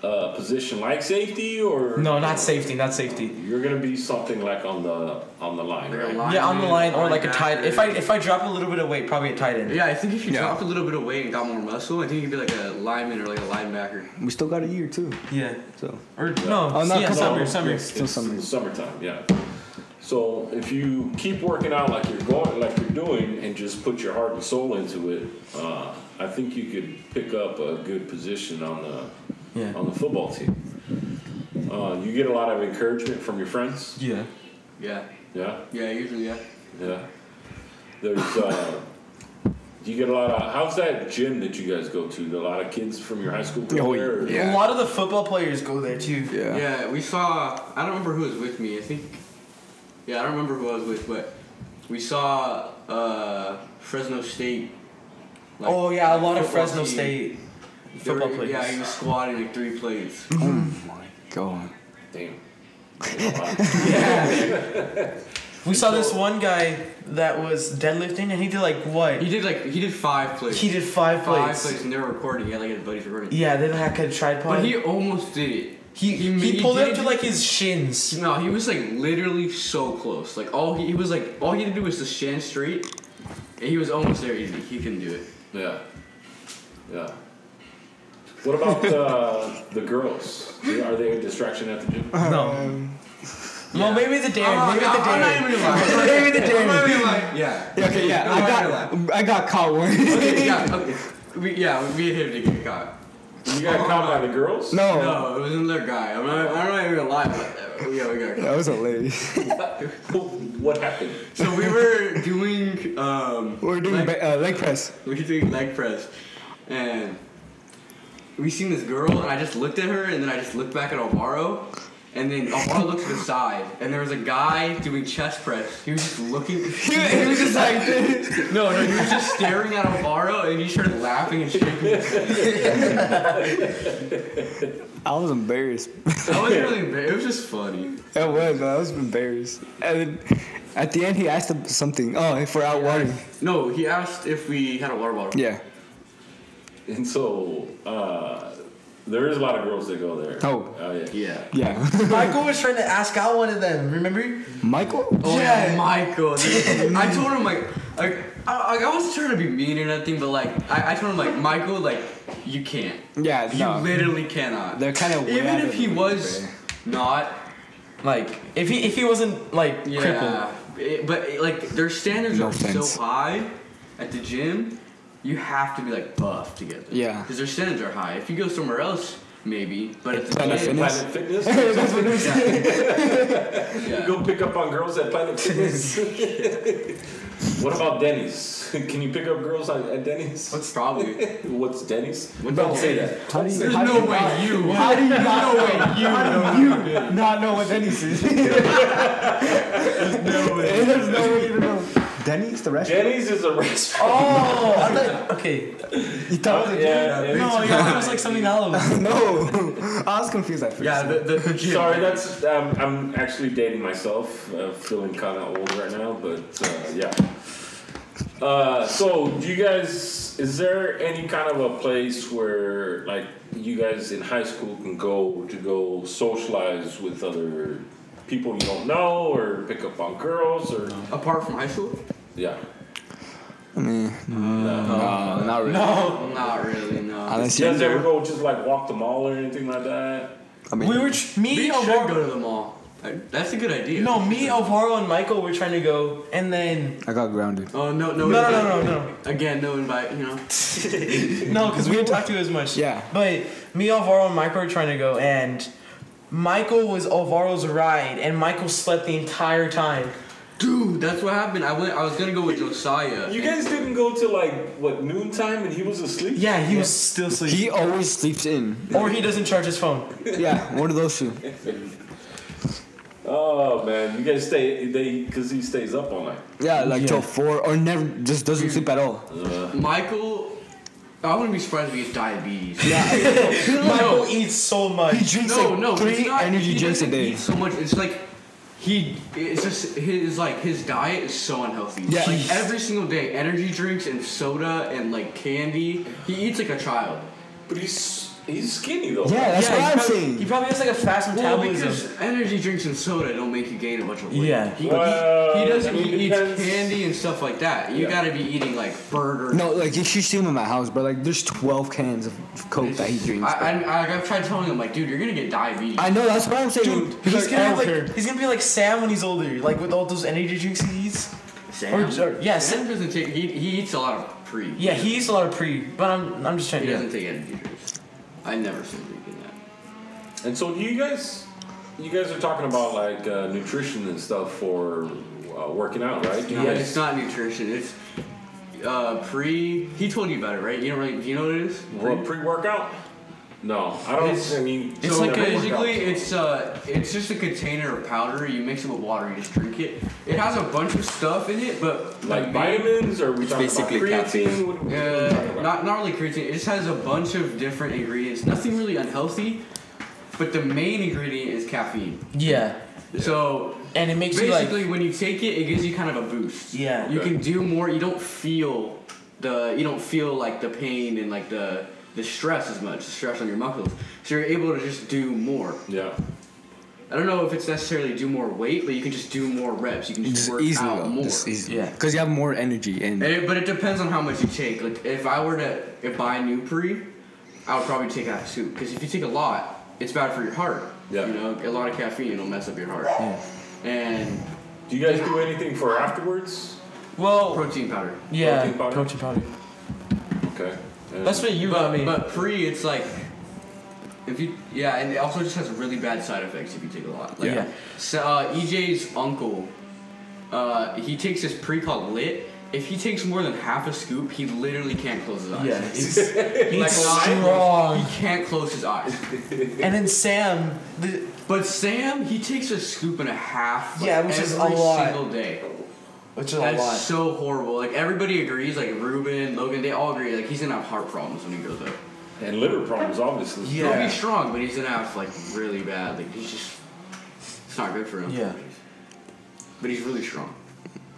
uh, a position like safety, or
No, not safety. Not safety.
You're gonna be something like on the on the line,
Like a
right?
Yeah, on the line or like a tight. If I
linebacker.
if I drop a little bit of weight, probably a tight end.
yeah, I think if you
Yeah.
dropped a little bit of weight and got more muscle, I think you could be like a lineman or like a linebacker.
We still got a year too,
Yeah.
so
Or no.
Oh, no,
yeah,
come
summer.
on.
Summer.
It's
Still summer.
the summertime, yeah. So if you keep working out like you're going, like you're doing, and just put your heart and soul into it, uh, I think you could pick up a good position on the
Yeah.
on the football team. Uh, you get a lot of encouragement from your friends.
Yeah.
Yeah.
Yeah,
Yeah, usually yeah.
yeah. There's. Uh, you get a lot of. How's that gym that you guys go to? Do a lot of kids from your high school go
Oh,
there. or-
Yeah.
A lot of the football players go there too.
yeah.
Yeah, we saw. I don't remember who was with me. I think. Yeah, I don't remember who I was with, but we saw uh, Fresno State. like,
oh yeah, a lot of
football
Fresno
team.
State
They
football Mm-hmm.
were-
players.
Yeah, he was squatting like three plates. Oh
Go on.
Damn. You get a lot.
We saw this one guy that was deadlifting, and he did like what?
He did like he did five plays.
He did five
five
plates.
plays, and they were recording. Yeah, like his buddies were recording.
Yeah, they didn't have a tripod.
But he almost did it.
he, he,
ma-
pulled it
did
up to like his shins.
No, he was like literally so close. Like all he, he was like all he had to do was just stand straight, and he was almost there. Easy. He couldn't do it.
Yeah. Yeah. What about uh, the girls? Are they a distraction at the gym?
No.
Um,
Well, maybe the Darren.
I'm,
maybe
not-
the
Oh, I'm
Darren.
not even gonna lie.
Maybe the
I'm not
Darren.
even lying. Yeah.
Okay, yeah,
I'm
I
not
got,
gonna
I got caught one.
Okay, yeah. Okay. We, yeah, we hit him to get caught.
You got caught by the girls?
No,
No, it was another guy. I'm not. I'm not even gonna lie about that. but Yeah, we got caught.
that was hilarious.
what happened?
So we were doing. Um,
We're doing
like-
ba- uh, leg press.
We were doing leg press, and we seen this girl, and I just looked at her, and then I just looked back at Alvaro, and then Alvaro looked to the side, and there was a guy doing chest press. He was just looking. He, he was just like, no, no, he was just staring at Alvaro, and he started laughing and shaking. his head.
I was embarrassed.
I wasn't really embarrassed. It was just funny.
That was, I was embarrassed. And then at the end, he asked him something. Oh, if we're out watering.
No, he asked if we had a water bottle.
Yeah.
And so, uh, there is a lot of girls that go there.
Oh.
yeah.
Yeah.
Yeah.
Michael was trying to ask out one of them. Remember?
Michael?
Oh yeah, Michael. I told him like, like I, I I wasn't trying to be mean or nothing, but like I, I told him like Michael, like you can't.
Yeah,
You
no.
literally cannot.
They're kind of
Even if he was not,
Like, if he if he wasn't like crippled.
yeah. It- but it- like their standards
No
are
offense.
so high at the gym, you have to be like buff to get there.
Yeah.
Because their standards are high. If you go somewhere else, maybe. But at the
Planet
gym,
Fitness?
Planet Fitness?
yeah.
Go pick up on girls at Planet Fitness. what about Denny's? Can you pick up girls at, at Denny's?
That's probably.
What's Denny's?
What's
Don't
up,
say
Denny's?
that.
How do you,
There's
how do
no
you not-
way you.
How do you not know what you know? Not know what Denny's is. There's no way to know. Denny's the restaurant.
Denny's is a restaurant.
Oh, I thought- okay.
You thought it was
Yeah, yeah.
No, you thought it was like something else.
a- No, I was confused at first.
Yeah, the, the, the gym.
Sorry, that's um, I'm actually dating myself. Uh, feeling kind of old right now, but uh, yeah. Uh, so, do you guys? Is there any kind of a place where, like, you guys in high school can go to go socialize with other people you don't know, or pick up on girls, or
Apart from high school?
yeah?
no, Uh, not really.
Not really, no.
Unless
Do you guys ever
you,
go just like walk the mall or anything like that?
I mean,
We were tr-
We
me,
should
Alvaro.
go to the mall. That's a good idea.
No, me, Alvaro, and Michael were trying to go, and then
I got grounded.
Oh no no
no, no,
invite.
no, no, no,
Again, no invite. You know.
no, because we didn't talk to you as much.
Yeah.
But me, Alvaro, and Michael were trying to go, and Michael was Alvaro's ride, and Michael slept the entire time.
Dude, that's what happened. I went. I was gonna go with Josiah.
You guys didn't go to like what noontime and he was asleep.
Yeah, he was still sleeping.
He always sleeps in.
or he doesn't charge his phone.
Yeah, one of those two.
Oh man, you guys stay they because he stays up all night.
Yeah, like till four or never, just doesn't sleep at all.
Michael. I wouldn't be surprised if he gets diabetes.
Michael eats so much.
He drinks
no,
like
no,
three
it's not,
energy
he
drinks a
doesn't
day.
Eat so much. It's like he. It's just his like his diet is so unhealthy.
Yeah.
Like every single day, energy drinks and soda and like candy. He eats like a child.
But he's he's skinny though.
Yeah, that's
Yeah,
what
he
I'm
probably, He
saying.
probably has like a fast
Well,
metabolism.
because energy drinks and soda don't make you gain a bunch of weight.
Yeah.
He,
Well,
he, he doesn't.
I mean,
he eats
depends.
candy and stuff like that. You
Yeah.
gotta be eating like burgers.
No, like you should see him at my house, but like there's 12 cans of Coke that he drinks.
I, I, I, I've tried telling him like, dude, you're gonna get diabetes.
I know that's what I'm saying.
Dude, he's,
like,
gonna
I
have,
don't
like
care.
he's gonna be like Sam when he's older, like with all those energy drinks he eats.
Sam,
Or- or- yeah,
Sam doesn't take. He, he eats a lot of pre.
Yeah, he eats a lot of pre, but I'm I'm just trying
He
to.
doesn't take energy drinks. I never seen him do that.
And so you guys, you guys are talking about like uh, nutrition and stuff for uh, working out, right? You
No,
guys-
It's not nutrition. It's uh, pre. He told you about it, right? You don't really. Do you know what it is?
well, pre-workout. No, I don't.
It's-
I mean,
It's
so
like
pre-workout.
basically it's uh it's just a container of powder. You mix it with water. You just drink it. It has a bunch of stuff in it, but the
like
main-
vitamins, or are we
It's
talking
basically
about creatine?
caffeine.
What- what are we talking
Uh,
about?
not not really creatine. It just has a bunch of different ingredients. Nothing really unhealthy, but the main ingredient is caffeine.
Yeah.
So
and it makes you like
Basically, when you take it, it gives you kind of a boost.
Yeah.
You
Okay.
can do more. You don't feel the you don't feel like the pain and like the the stress as much, the stress on your muscles. So you're able to just do more.
Yeah.
I don't know if it's necessarily do more weight, but you can just do more reps. You can just,
Just
work
easily,
out
though.
more.
Just easily.
Yeah.
Because you have more energy and.
And it- Eh, but it depends on how much you take. Like if I were to if buy new pre, I would probably take out two because if you take a lot, it's bad for your heart.
Yeah.
You know, a lot of caffeine will mess up your heart. And
Do you guys do anything for afterwards?
well
protein powder.
yeah
protein powder?
protein powder.
Okay. And-
That's what you
but,
got me.
But pre, it's like if you yeah, and it also just has really bad side effects if you take a lot. Like,
Yeah.
So uh, EJ's uncle, uh, he takes this pre called lit. If he takes more than half a scoop, he literally can't close his eyes.
yeah, it's, it's
Like
strong.
He can't close his eyes.
And then Sam, the,
But Sam, he takes a scoop and a half. like,
Yeah, which is a
every
lot.
single day.
which is
That's
a lot.
so horrible. Like everybody agrees. Like Ruben, Logan, they all agree. Like he's gonna have heart problems when he grows up.
And liver problems, obviously.
Yeah.
He'll be strong, but he's gonna have like really bad. Like he's just, it's not good for him.
Yeah.
But he's really strong.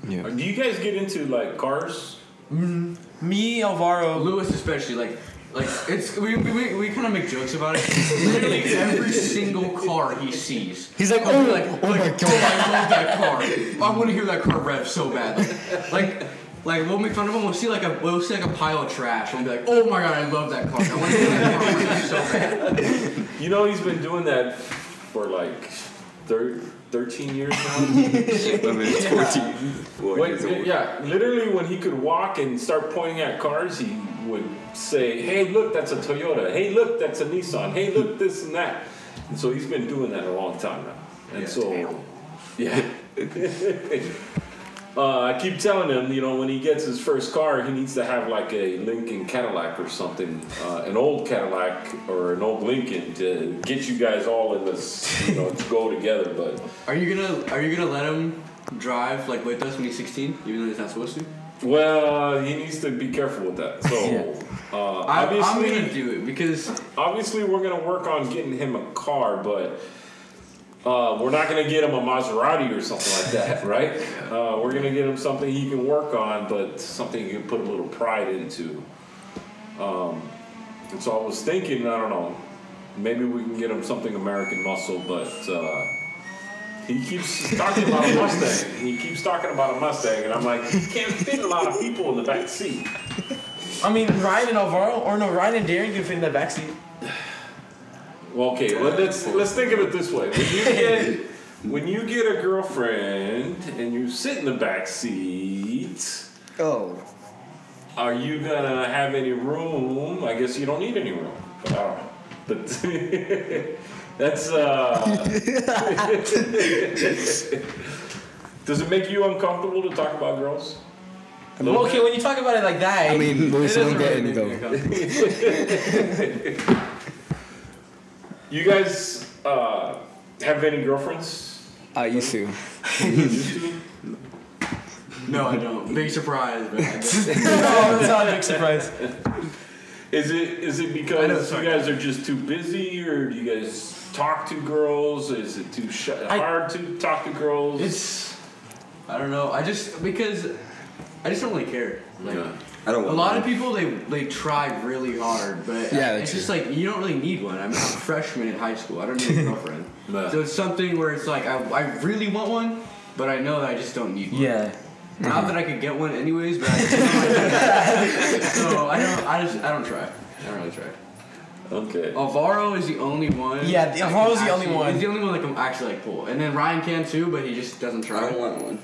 Uh, Do you guys get into like cars?
me, Alvaro.
Lewis especially like. Like it's we, we, we kind of make jokes about it. Literally every single car he sees,
He's like,
I'll be
"Oh,
like,
oh my
like,
God."
"Dude, I love that car. I want to hear that car rev so bad. Like, like we'll make fun of him. We'll see like a we'll see like a pile of trash. and We'll be like, oh my god, I love that car. I want to hear that car rev so bad.
You know, he's been doing that for like thir- 13 years now.
I mean, it's 14. Well,
Wait,
it's a-
yeah, literally when he could walk and start pointing at cars, he would say, hey, look, that's a Toyota. Hey, look, that's a Nissan. Hey, look, this and that. And so he's been doing that a long time now. And so, yeah. Uh, I keep telling him, you know, when he gets his first car, he needs to have like a Lincoln Cadillac or something, uh, an old Cadillac or an old Lincoln to get you guys all in this, you know, to go together. But
Are you gonna Are you gonna let him drive like with us when he's 16, even though he's not supposed to?
well, he needs to be careful with that. So uh,
I, I'm
obviously,
gonna do it because
obviously, we're gonna work on getting him a car, but. Uh, we're not gonna get him a Maserati or something like that, right? Uh, we're gonna get him something he can work on, but something he can put a little pride into. Um, And so I was thinking, I don't know, maybe we can get him something American Muscle, but uh, he keeps talking about a Mustang. He keeps talking about a Mustang, and I'm like, he can't fit a lot of people in the back seat.
I mean, Ryan and Alvaro, or no, Ryan and Darren can fit in the backseat.
Well, okay, well, let's let's think of it this way: when you get when you get a girlfriend and you sit in the back seat.
oh.
Are you gonna have any room? I guess you don't need any room. But I don't know. But that's uh. Does it make you uncomfortable to talk about girls?
Well, okay, when you talk about it like that,
I mean, Louis,
it
you don't
doesn't
get any
really make me
though.
uncomfortable.
You guys uh, have any girlfriends?
I used to.
No, I don't. Big surprise, but I don't.
oh, that's not a big surprise.
Is it is it
I know,
because you
sorry.
guys are just too busy, or do you guys talk to girls? Is it too sh-
I-
hard to talk to girls?
It's I don't know. I just because I just don't really care. Like
I don't
a
want
lot of people, they they try really hard, but
Yeah, that's
it's just like you don't really need one. I'm, I'm a freshman in high school. I don't need a girlfriend.
No.
So it's something where it's like I, I really want one, but I know that I just don't need one.
Yeah.
Not that I could get one anyways, but I so I don't. I just I don't try. I don't really try.
okay.
Alvaro is the only one.
Yeah,
that
the- Alvaro's
can
the only
actually-
one.
He's the only one that can actually like pull, and then Ryan can too, but he just doesn't
I
try.
don't want one.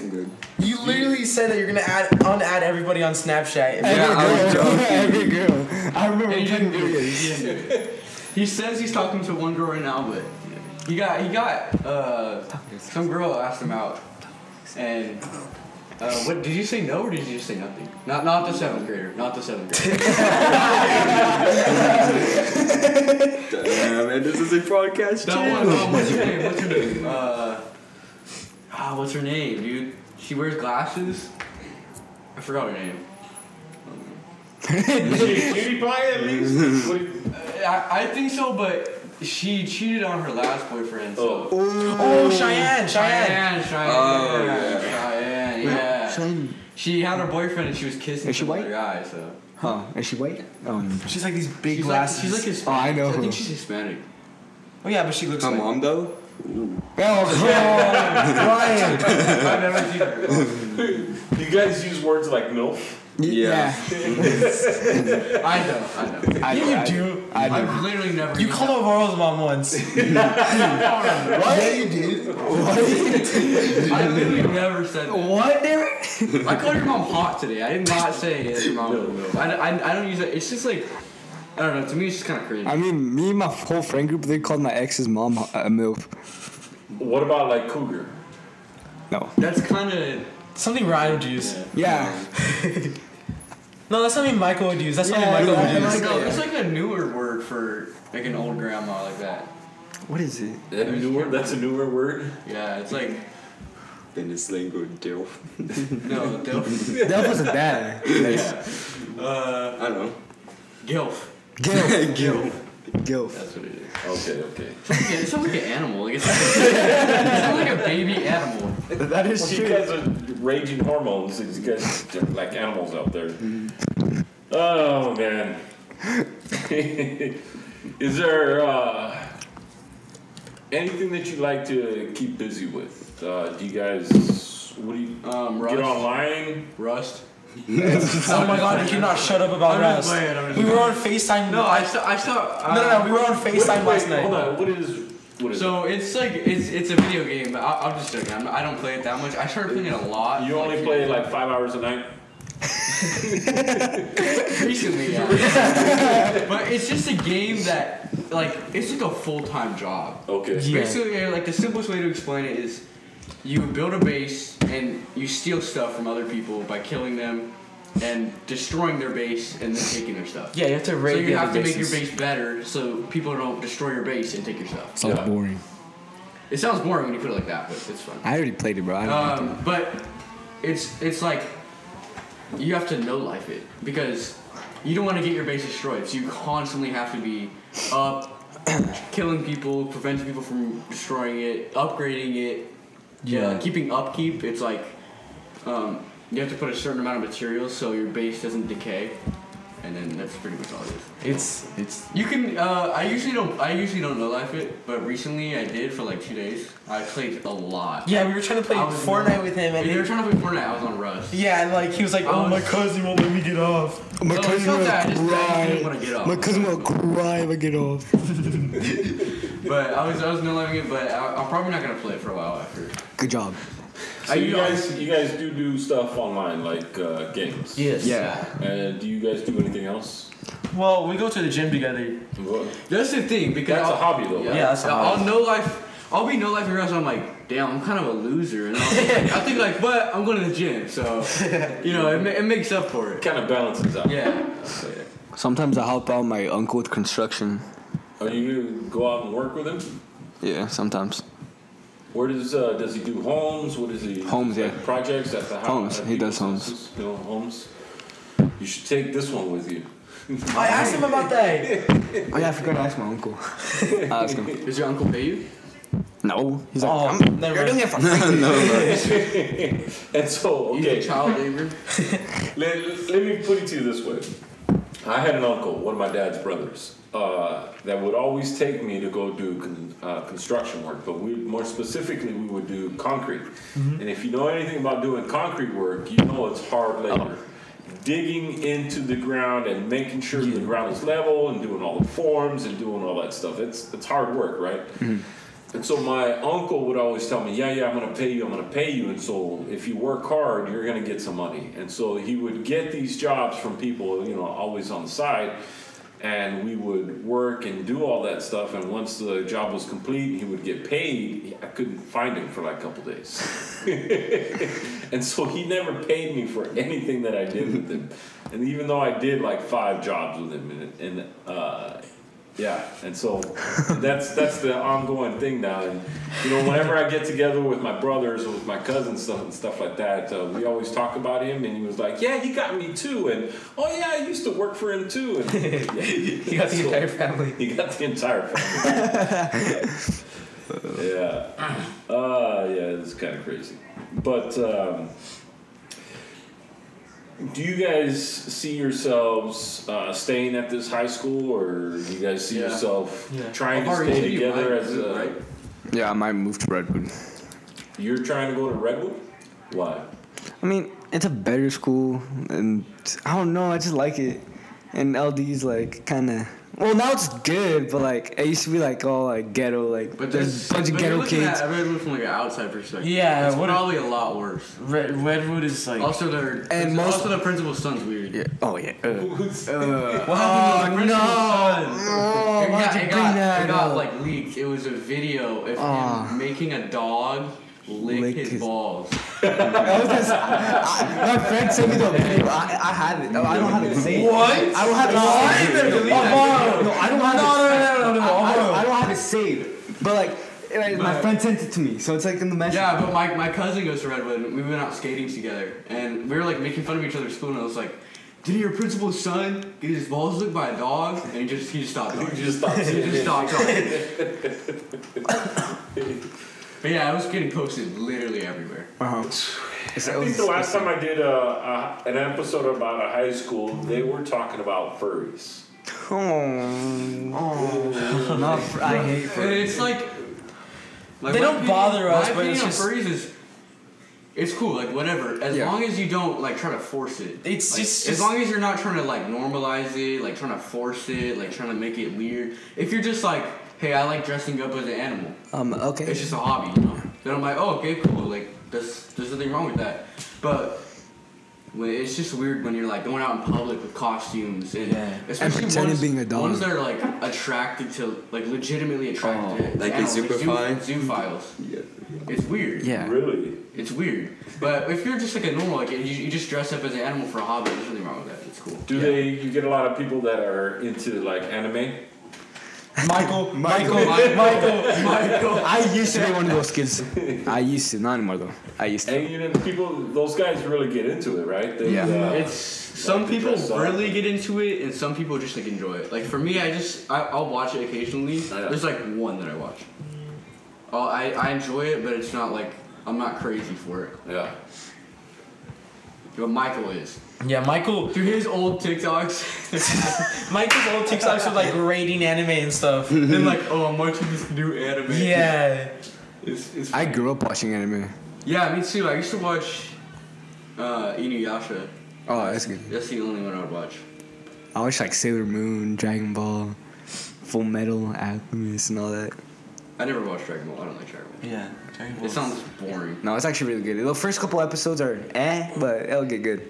I'm good.
You literally said that you're gonna add unadd everybody on Snapchat.
Yeah, I was joking.
Every girl. I remember
He
taking
didn't do it.
videos.
He didn't do it. He says he's talking to one girl right now, but he got he got uh, some girl asked him out, and uh, what did you say no or did you just say nothing? Not not the seventh grader, not the seventh grader.
Damn, Uh, man, this is a podcast
That one. um, what's her name? What's her name? Uh, ah, what's her name, dude? She wears glasses. I forgot her name.
Is she a cutie pie at least? What do you-
I, I think so, but she cheated on her last boyfriend. So.
Oh,
Oh, Cheyenne, Cheyenne.
Cheyenne, Cheyenne,
Oh,
yeah,
yeah.
Cheyenne, yeah. She had her boyfriend and she was kissing
Is she
some
white?
other guy. So
Huh? Is she white? Oh, no.
She's like these big
she's
glasses.
Like, she's like
Oh,
Hispanic.
I know
I
who.
think she's Hispanic.
oh yeah, but she looks
My
like.
mom though.
Ryan.
I've never seen her.
you guys use words like milf.
Yeah.
I know, I know.
I,
You
I,
do.
I, do.
I've literally never.
You
used
called
that.
her Varro's mom once.
Yeah, you did.
I literally never said. That.
What, Derek?
I called your mom hot today. I did not say your mom.
No, no.
I, I, I don't use that. It's just like I don't know. To me, it's just kind of crazy.
I mean, me and my whole friend group, they called my ex's mom a a MILF.
What about like cougar?
No.
That's kind of.
Something Ryan would use.
Yeah.
No, that's something Michael would use. That's something
Yeah,
Michael would
yeah, yeah.
use.
It's like, it's like a newer word for like an old grandma like that.
What is it?
That newer, that's a newer word.
Yeah, it's like
Then it's lingo dilf.
no dilf.
That wasn't that.
yeah. Uh,
I know.
gilf.
Gilf.
Gil.
Gilf.
That's what it is.
Okay, okay.
Yeah, it sounds like an animal. Like it's, it sounds like a baby animal.
That is
You guys are raging hormones. You guys are like animals out there. Oh man. Is there uh, anything that you like to keep busy with? Uh, do you guys? What do you
Um,
get
rust.
online?
Rust.
Oh my god, I cannot shut up about
I'm just
Rust.
playing, I'm just
We were on FaceTime.
No, I saw. I saw. Uh,
no, no, no, we were on FaceTime last
Hold
night.
on. What is? What is?
So it's like it's it's a video game, but I, I'm just joking. I'm, I don't play it that much. I started playing it a lot.
you only
like,
play like five hours a night.
recently, yeah. but it's just a game that like it's like a full time job.
Okay.
Yeah.
Basically, yeah, like the simplest way to explain it is, you build a base and you steal stuff from other people by killing them, and destroying their base and then taking their stuff.
Yeah, you have to
So
raid
you
the
have
other
to make your
bases.
base better so people don't destroy your base and take your stuff.
Sounds
Yeah.
boring.
It sounds boring when you put it like that, but it's fun.
I already played it, bro. I don't know.
Um, but it's it's like you have to know life it because you don't want to get your base destroyed. So you constantly have to be up, killing people, preventing people from destroying it, upgrading it. Yeah,
Yeah.
keeping upkeep. It's like um, you have to put a certain amount of materials so your base doesn't decay, and then that's pretty much all it is.
It's it's
You can. Uh, I usually don't. I usually don't know life it, but recently I did for like two days. I played a lot.
yeah. We were trying to play
I was
Fortnite
not-
with him, and
They
he,
were trying to play Fortnite. I was on Rust.
yeah, and like he was like,
I
"Oh, my
was-
cousin won't let me get off."
my
no, it's
cousin
not
will
that, it's that you didn't
cry.
wanna get off.
My cousin will cry if I get off.
But I was I was no loving it. But I, I'm probably not gonna play it for a while after.
Good job.
So you guys, you guys do do stuff online like uh, games.
Yes.
And do you guys do anything else?
Well, we go to the gym together.
What-
That's the thing because
That's
I'll,
a hobby though.
Yeah,
right?
Yeah, that's a hobby.
I'll know life. I'll be no life in Rust. I'm like, damn, I'm kind of a loser, and I'll be like, I think like, but I'm going to the gym, so you know, it, ma- it makes up for it.
Kind of balances out.
Yeah.
Sometimes I help out my uncle with construction.
Are you go out and work with him?
Yeah, sometimes.
Where does uh, does he do homes? What does he
Homes,
like
yeah.
projects at the house?
Homes,
at
he does
people's
homes.
houses? You know, homes. You should take this one with you.
I asked him about that.
Oh yeah, I forgot to ask my uncle. I asked him.
Does your uncle pay you?
No. He's like,
Oh,
I'm,
never
you're
mind.
doing it for free.
And so,
He's
okay,
a child labor.
let, let me put it to you this way. I had an uncle, one of my dad's brothers, uh, that would always take me to go do con- uh, construction work. But we, more specifically, we would do concrete. And if you know anything about doing concrete work, you know it's hard labor. Digging into the ground and making sure the ground is level and doing all the forms and doing all that stuff. It's it's hard work, right? And so my uncle would always tell me, "Yeah, yeah, I'm going to pay you. I'm going to pay you." And so if you work hard, you're going to get some money. And so he would get these jobs from people, you know, always on the side, and we would work and do all that stuff. And once the job was complete, and he would get paid. I couldn't find him for like a couple days, and so he never paid me for anything that I did with him. And even though I did like five jobs with him, and, and uh, Yeah, and so that's that's the ongoing thing now. And you know, whenever I get together with my brothers or with my cousins stuff and stuff like that, uh, we always talk about him. And he was like, "Yeah, he got me too," and "Oh yeah, I used to work for him too." And yeah,
You got the
so-
entire family.
you got the entire family. yeah. Uh, yeah, it's kind of crazy. But um, do you guys see yourselves uh, staying at this high school, or do you guys see
Yeah.
yourself
Yeah.
trying
I've
to
already
stay
seen you,
together
right?
as a?
Right.
Yeah, I might move to Redwood.
You're trying to go to Redwood. Why?
I mean, it's a better school, and I don't know. I just like it. And LD's like kind of well now it's good, but like it used to be like all like ghetto, like
But
there's
there's
a bunch of
but you're
ghetto
looking
kids.
At, I mean, from like an outside perspective.
Yeah,
it's
what-
probably a lot worse.
Red, Redwood is like.
Also, their
And most-
also the principal's son's weird.
Yeah. Oh yeah. Uh,
"Oh,
What happened to the
no.
principal's son?
oh,
It
why'd
got,
you
it
bring
got,
that
it got
up?
like leaked. It was a video of
Ah.
him making a dog lick,
Lick
his,
his-
balls.
I was just, I, my friend sent me the video. I, I have it. No, I don't have it saved. What? I don't have it saved. No, I don't have it.
no, no, no, no,
I, I don't, I don't have it saved. But like, it- my friend sent it to me, so it's like in the message.
Yeah, but my, my cousin goes to Redwood. and We went out skating together, and we were like making fun of each other's school. And I was like, "Did your principal's son get his balls licked by a dog?" And he just he just stopped. Talking.
You just thought
he just stopped. Talking. but yeah, I was getting posted literally everywhere.
It's-
I
it
think
was-
the last time I did a, a, an episode about a high school, they were talking about furries.
Oh, not fr- I hate
And it's like, like
They
my
don't bother us,
My
but it's
opinion on
just-
furries is it's cool. Like whatever, as
Yeah.
long as you don't like try to force it.
It's
Like,
just-
as
just-
long as you're not trying to like normalize it, like trying to force it, like trying to make it weird. If you're just like, hey, I like dressing up as an animal.
Um, okay.
It's just a hobby, you know. Then I'm like, oh, okay, cool. Like there's there's nothing wrong with that, but. When it's just weird when you're like going out in public with costumes and
Yeah.
especially
pretending
ones,
being a dog.
ones that are like attracted to like legitimately attracted to
Oh, Like a
animals,
zoophile?
zoo, zoophiles.
Yeah.
It's weird.
Yeah.
Really?
It's weird. But if you're just like a normal, like you, you just dress up as an animal for a hobby, there's nothing wrong with that. It's cool.
Do they? You get a lot of people that are into like anime.
Michael,
Michael,
Michael, Michael.
I used to be one of those kids. I used to, not anymore though. I used to.
And you know, people, those guys really get into it, right? They,
Yeah.
uh,
It's some
Like you
people
dress up.
really get into it, and some people just like enjoy it. Like for me, I just I, I'll watch it occasionally.
Yeah.
There's like one that I watch. Oh, I I enjoy it, but it's not like I'm not crazy for it.
yeah.
But Michael is
Yeah, Michael.
through his old TikToks.
Michael's old TikToks with like rating anime and stuff.
and like, oh, I'm watching this new anime.
Yeah.
It's, it's
I grew up watching anime.
Yeah, me too. I used to watch uh, Inuyasha.
Oh, that's good.
That's the only one I would watch.
I watched like Sailor Moon, Dragon Ball, Full Metal Alchemist, and all that.
I never watched Dragon Ball. I don't like Dragon Ball.
Yeah. Dragon
It sounds boring.
No, it's actually really good. The first couple episodes are eh, but it'll get good.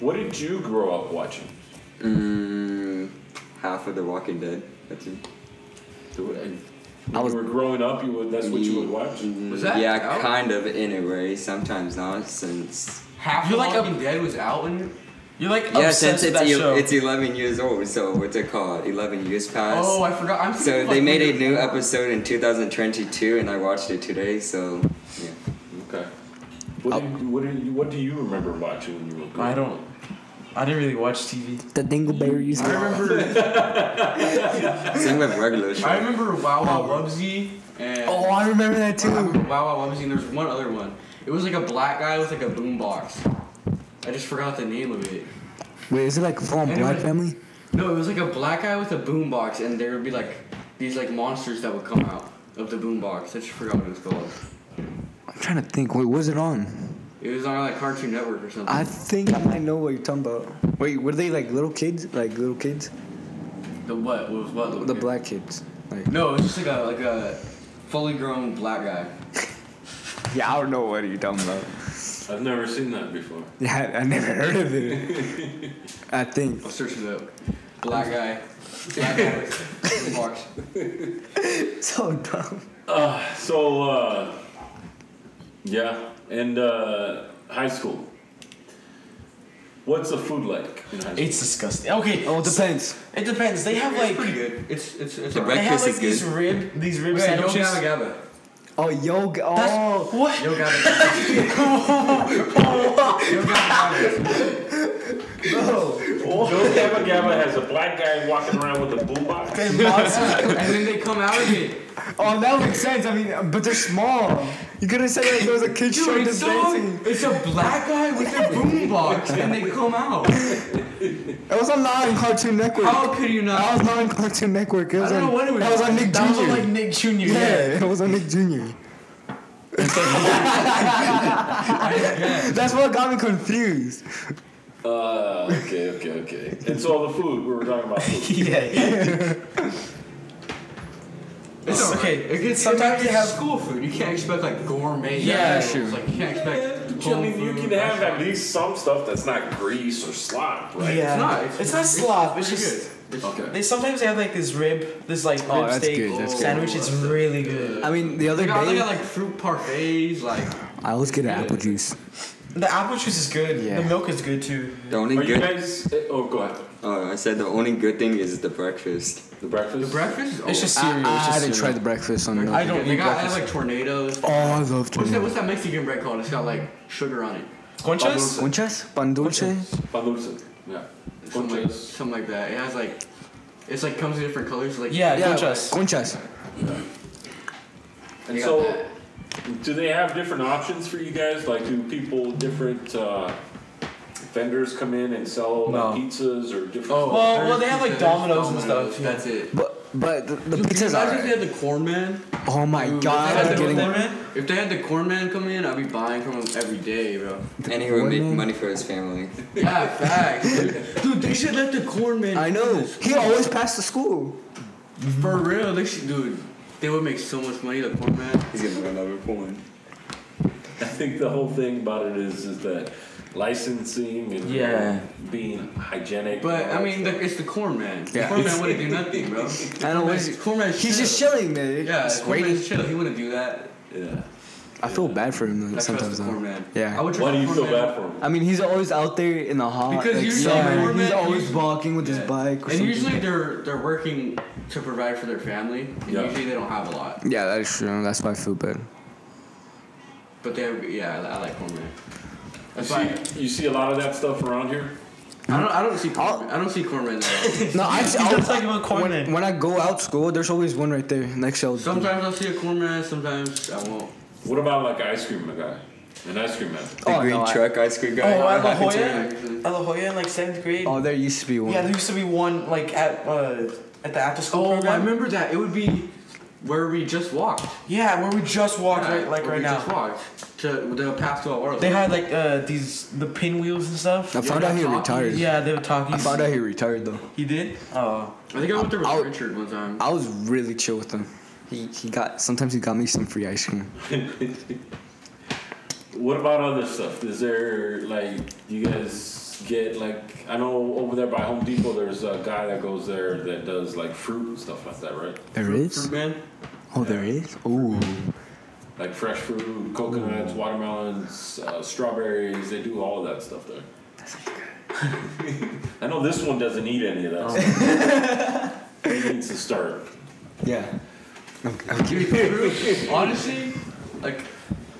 What did you grow up watching?
Mm, half of The Walking Dead. I think.
When
I was- Mm-hmm.
you were growing up, you would. That's what you would watch.
Was that
yeah,
out?
kind of in a way. Sometimes not since.
Half
You
of
like
Walking Dead was out in.
You're like
Yeah,
obsessed
since
with
it's,
that
e-
show.
it's 11 years old, so what's it called? 11 years past.
Oh, I forgot. I'm
so
thinking
they
like
made
we
a
did-
new episode in 2022, and I watched it today. So yeah,
Okay. What, do you, what, do you, what do you remember watching when you were growing
I
up?
don't. I didn't really watch TV.
The Dingleberries.
I remember.
same with regular
I
show.
remember Wow Wow Wubsy and.
Oh, I remember that
I remember
too.
Wow Wow Wubsy and there's one other one. It was like a black guy with like a boombox. I just forgot the name of it.
Wait, is it like full on Black
Anyway.
Family?
No, it was like a black guy with a boombox, and there would be like these like monsters that would come out of the boombox. I just forgot what it was called.
I'm trying to think. Wait, what was it on?
It was on like Cartoon Network or something.
I think I might know what you're talking about. Wait, were they like little kids? Like little kids?
the what? What was what?
The black kids. Like,
No, it was just like a like a fully grown black guy.
yeah, I don't know what you're talking about.
I've never seen that before.
Yeah, I, I never heard of it. I think.
I'll search it up. Black guy. Black guy. with boombox.
So dumb.
Uh, so, uh, yeah, and uh, high school. What's the food like? in high school?
It's disgusting. Okay.
Oh, it depends.
It depends. They have
It's
like
pretty good. It's it's it's
The
alright.
breakfast
they have like
is
these
good.
rib these rib
Wait, Yo
sandwiches.
Gabba Gabba.
Oh, yoga. Oh,
That's, what?
Yo Gabba Gabba. Yo Gabba Gabba.
Joe Gabba Gabba has a black guy walking around with a boombox.
And then they come out of it.
oh, that makes sense. I mean, but they're small. You couldn't say that there was a kid showing
Dude, it's,
this
so,
dancing.
it's a black guy with a boombox, and they come out.
It was on non Cartoon Network.
How could you
That
not?
was not on Cartoon Network. It was
don't
on,
know what it was.
That was on Nick
That was
Jr.
on, like Nick Jr.
yeah, it was on Nick Jr. That's what got me confused.
Uh, okay, okay, okay. And so the food we were talking about. Food.
yeah.
It's
okay.
okay. It
Sometimes
gets sometimes
they
you
have-
have school food. You can't expect like gourmet.
Yeah,
meals.
sure.
Like you can't expect.
I
home
mean, you
food,
can have at
restaurant.
least some stuff that's not grease or slop, right?
Yeah.
It's not. It's,
It's not slop, it's
pretty
just-
good. It's-
Okay.
They sometimes have like this rib, this like rib
Oh, that's
steak
good, that's good.
sandwich. It's really good.
I mean, the other
They got, they
day,
got like fruit parfaits, like
I always get an apple juice.
The apple juice is good.
Yeah.
The milk is good too.
The only
Are you
good.
guys? eh, Oh, go ahead.
Oh, I said the only good thing is the breakfast.
The breakfast.
the breakfast.
It's just cereal.
I,
it's
I,
just
didn't try
cereal.
the breakfast on.
I don't
They
eat
got I have,
breakfast.
like tornadoes.
Oh, I love
What's that?
tornadoes.
What's that Mexican bread called? It's got like sugar on it.
Conchas?
Conchas? Pan dulce?
Pan dulce. Yeah.
Something like,
Conchas.
something like that. It has like, it's like comes in different colors. Like
Yeah,
Yeah,
conchas.
conchas.
And
Yeah.
so, do they have different options for you guys? Like, do people different uh, vendors come in and sell
No.
like pizzas or different?
Oh,
Well,
there's
well, they have, like,
pizza,
Domino's and
Domino's,
stuff, yeah.
That's it.
But but the, the
Dude, can you
pizza's
imagine if they
alright.
had the corn man?
Oh my
Dude,
god!
they
I'm
had
getting,
the-
Corn man?
If they had the corn man come in, I'd be buying from him every day, bro.
And he would make
Women?
money for his family.
Yeah, facts. dude. Dude, they should let the corn man.
I
do
know.
this.
He always passed the school.
For real, they should, dude. They would make so much money, the corn man.
He's gonna run out of porn.
I think the whole thing about it is is that licensing and
Yeah.
being hygienic.
But I mean, the, it's the corn man. The
Yeah.
corn man wouldn't do nothing, bro.
I know. What is he,
Corn man's
he's just
chill.
chilling there.
Yeah,
Just
corn
waiting.
man's chill. He wouldn't do that.
yeah.
I feel bad for him
I
though,
trust
sometimes.
the corn
Though.
man.
Yeah.
I would
Why do
trust the
you
corn
feel
man.
bad for them?
I mean, he's always out there in the hot.
Because
like,
usually
summer.
the corn
he's
man-
always
usually-
walking with his
Uh, Yeah.
bike. Or
And
something.
usually they're they're working to provide for their family. And
Yeah.
Usually they don't have a lot,
Yeah, that is true. That's why I feel bad.
but they have, yeah, I, I like corn man.
You
That's why
see, you see a lot of that stuff around here.
I don't I don't see corn, I don't see corn man. That often.
No,
Oh.
I,
He's not talking about corn
when,
man.
when I go out school, there's always one right there next to. Sometimes.
Sometimes I'll see a corn man. Sometimes I won't.
What about like ice cream guy? An ice cream man.
The
Oh,
green
no, I-
truck ice cream
Oh,
guy.
at La
happened to
Jolla,
me.
at La Jolla in like seventh grade.
Oh, there used to be one.
yeah, there used to be one like at uh, at the after school
Oh, I
program.
remember that. It would be where we just walked.
Yeah, where we just walked
Yeah,
right like
where
right
we
now.
Just walked to the past twelve hours.
They had like uh, these the pinwheels and stuff.
I found out he
Yeah,
retired.
Yeah, they were talking.
I found out he retired though.
He did? Oh.
I think I went there with
I'll-
Richard one time.
I was really chill with him. He he got sometimes he got me some free ice cream.
What about other stuff? Is there like you guys get like I know over there by Home Depot there's a guy that goes there that does like fruit and stuff like that, right?
There
Fruit
is.
man.
Oh, there is. Ooh.
Like fresh fruit, coconuts, watermelons, uh, strawberries. They do all of that stuff there. I know this one doesn't eat any of that. stuff. he needs to start.
Yeah. Okay.
Dude, fruit- honestly, like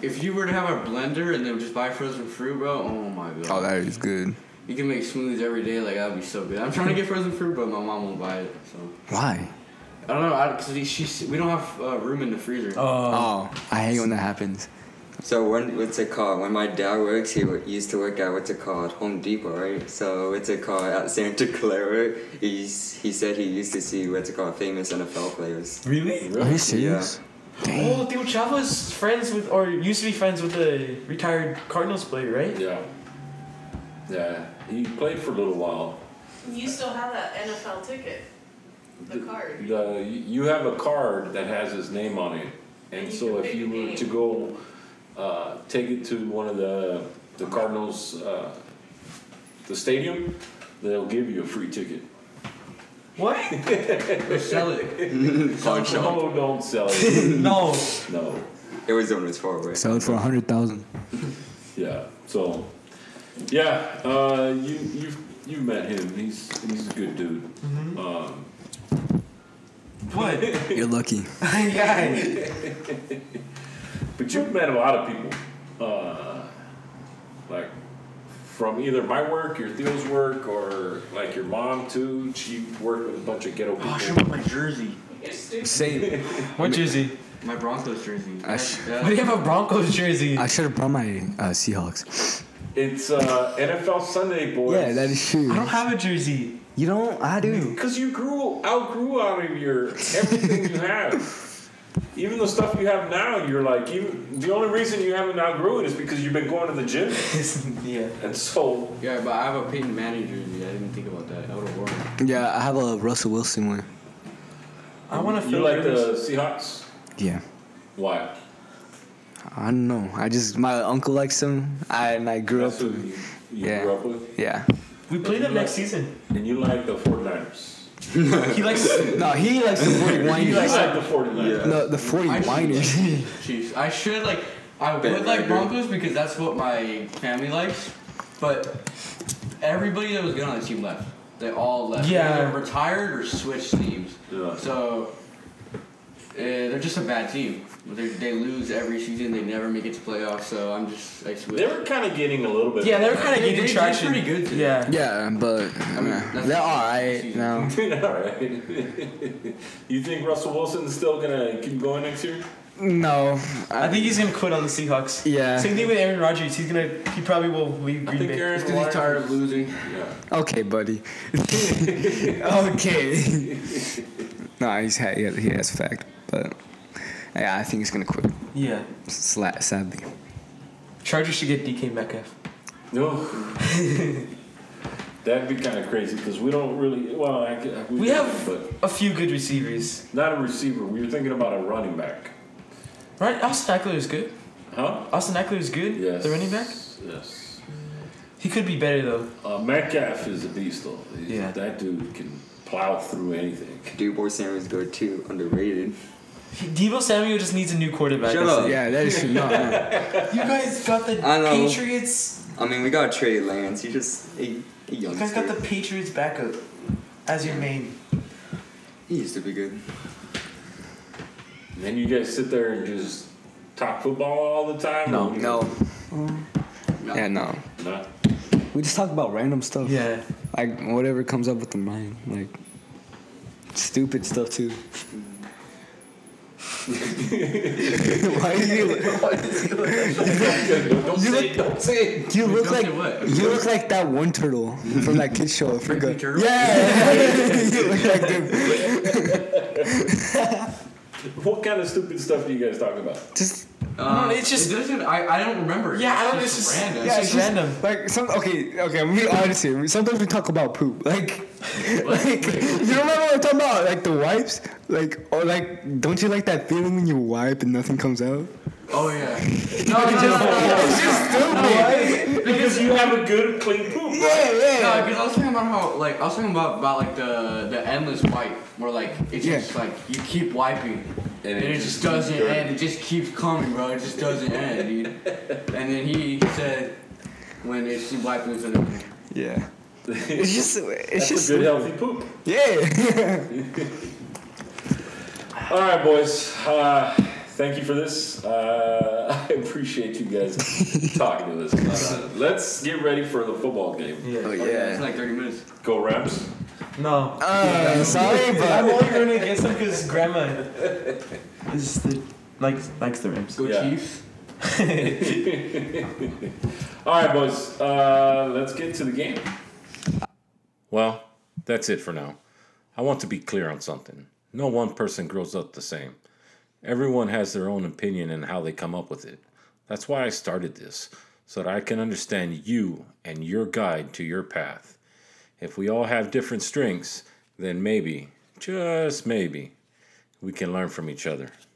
if you were to have a blender and then just buy frozen fruit, bro. Oh my god.
Oh, that is good.
You can make smoothies every day. Like that'd be so good. I'm trying to get frozen fruit, but my mom won't buy it. So
Why?
I don't know. I, Cause we- she we don't have uh, room in the freezer.
Oh, I hate when that happens.
So when what's it called? When my dad works, he wo- used to work at what's it called Home Depot, right? So what's it called at Santa Clara? He's he said he used to see what's it called famous NFL players.
Really?
Are you serious?
Oh, Theo Chava's friends with, or used to be friends with the retired Cardinals player, right?
Yeah. Yeah. He played for a little while.
You still have that NFL ticket, the card.
The, you have a card that has his name on it, and
And you
so
can
if
pick
you
a
were
name.
to go, uh, take it to one of the the Cardinals, uh, the stadium, they'll give you a free ticket.
What?
Sell it.
Pawn shop.
No, don't sell it.
no.
no,
It was on his far away.
Sell it for a hundred thousand.
yeah. So Yeah, uh, you you've you've met him. He's he's a good dude. Um,
What?
You're lucky.
yeah.
but you've met a lot of people, uh, like from either my work, your Theo's work, or like your mom too. She worked with a bunch of ghetto people.
Oh, she wore my jersey.
Same.
What jersey?
My Broncos jersey.
I sh-
Yeah.
Why do you have a Broncos jersey?
I should have brought my uh, Seahawks.
It's uh, NFL Sunday, boys.
Yeah, that is true.
I don't have a jersey.
You don't? I do.
Because you grew, outgrew out of your everything you have. Even the stuff you have now, you're like, even the only reason you haven't outgrew it is because you've been going to the gym.
yeah.
And so,
Yeah, but I have a Peyton Manning jersey. I didn't think about that. I would have worn it.
Yeah, I have a Russell Wilson one.
I want to
you
feel
like
like
the Seahawks?
Yeah.
Why?
I don't know. I just my uncle likes them. I and I grew
That's
up.
who you, you
Yeah.
grew up with.
Yeah.
We play them next season.
And you like the 49ers.
He likes.
No, he likes the 40
You
whiners.
like the 49ers.
No, the 40
I should
whiners.
like Chiefs. I should like. I would
Ben
like
Ryder.
Broncos because that's what my family likes. But everybody that was good on the team left. They all left. They
Yeah.
either retired or switched teams.
Yeah.
So uh, they're just a bad team. They, they lose every season. They never make it to playoffs. So I'm just I switch.
They were kind of getting a little bit.
Yeah, they're kind of
They-
getting
they did
traction.
pretty good today.
Yeah.
Yeah, but I
mean,
mean,
that's-
they're all right now.
All right. you think Russell Wilson's still gonna keep going next year?
No,
I think he's gonna quit on the Seahawks.
Yeah.
Same thing with Aaron Rodgers. He's gonna. He probably will leave
I
Green
think
Bay.
Aaron
It's 'cause he's tired of losing.
Yeah.
okay, buddy. okay. no, he's ha- yeah, he has fact, but yeah, I think he's gonna quit.
Yeah.
Sla- sadly.
Chargers should get DK Metcalf.
No. That'd be kind of crazy because we don't really. Well, I, c- we,
We
do,
have
but
a few good receivers.
not a receiver. We were thinking about a running back,
Right? Austin Eckler is good.
huh?
Austin Eckler is good.
Yes.
The running back.
Yes.
He could be better though.
Uh, Metcalf is a beast, though. He's-
Yeah.
That dude can plow through anything.
Dubois Samuels good too, underrated.
He- Debo Samuel just needs a new quarterback.
Shut
That's
up.
it.
Yeah, that is true. No, no.
You guys got the
I know.
Patriots.
I mean, we got Trey Lance. He just a, a youngster.
Patriots backup as your main.
he used to be good.
And then you guys sit there and just talk football all the time.
No.
or you-
No. Yeah, no.
No.
We just talk about random stuff.
Yeah.
Like whatever comes up with the mind, like stupid stuff too. Why do you?
don't
You
say.
look-
Don't say.
You look
don't
like
say what.
you look like that one turtle from that kid's show. I forgot.
Turtle?
Yeah, you look like him.
What kind of stupid stuff do you guys talk about?
Just
Uh,
No, it's just-
it doesn't. I, I don't remember.
Yeah, I don't.
It's
It's
just
just
random.
Yeah,
it's
it's
just-
random.
like some. Okay, okay. I'm being honest here. Sometimes we talk about poop. Like, like you remember what I'm talking about? Like the wipes. Like or like, don't you like that feeling when you wipe and nothing comes out?
Oh yeah.
No, no, no, no.
It's just stupid.
Because you have a good, clean poop, right?
Yeah, yeah.
No, because I was thinking about how, like, I was thinking about, about like the the endless wipe, where like it's
Yeah.
just like you keep wiping, and, it, just, doesn't end. It just keeps coming, bro. It just doesn't end, dude. And then he said, when it's wiping, it's gonna
Yeah. It's just it's
That's
just
a good, healthy poop.
yeah.
All right, boys. Uh, thank you for this. Uh, I appreciate you guys talking to us. Uh, let's get ready for the football game.
Yeah.
It's like 30 minutes.
Go Rams.
No.
Uh, sorry,
I'm
but
only rooting against them because grandma is the likes likes the Rams.
Go
Yeah.
Chiefs.
All right, boys. Uh, let's get to the game.
Well, that's it for now. I want to be clear on something. No one person grows up the same. Everyone has their own opinion and how they come up with it. That's why I started this, so that I can understand you and your guide to your path. If we all have different strengths, then maybe, just maybe, we can learn from each other.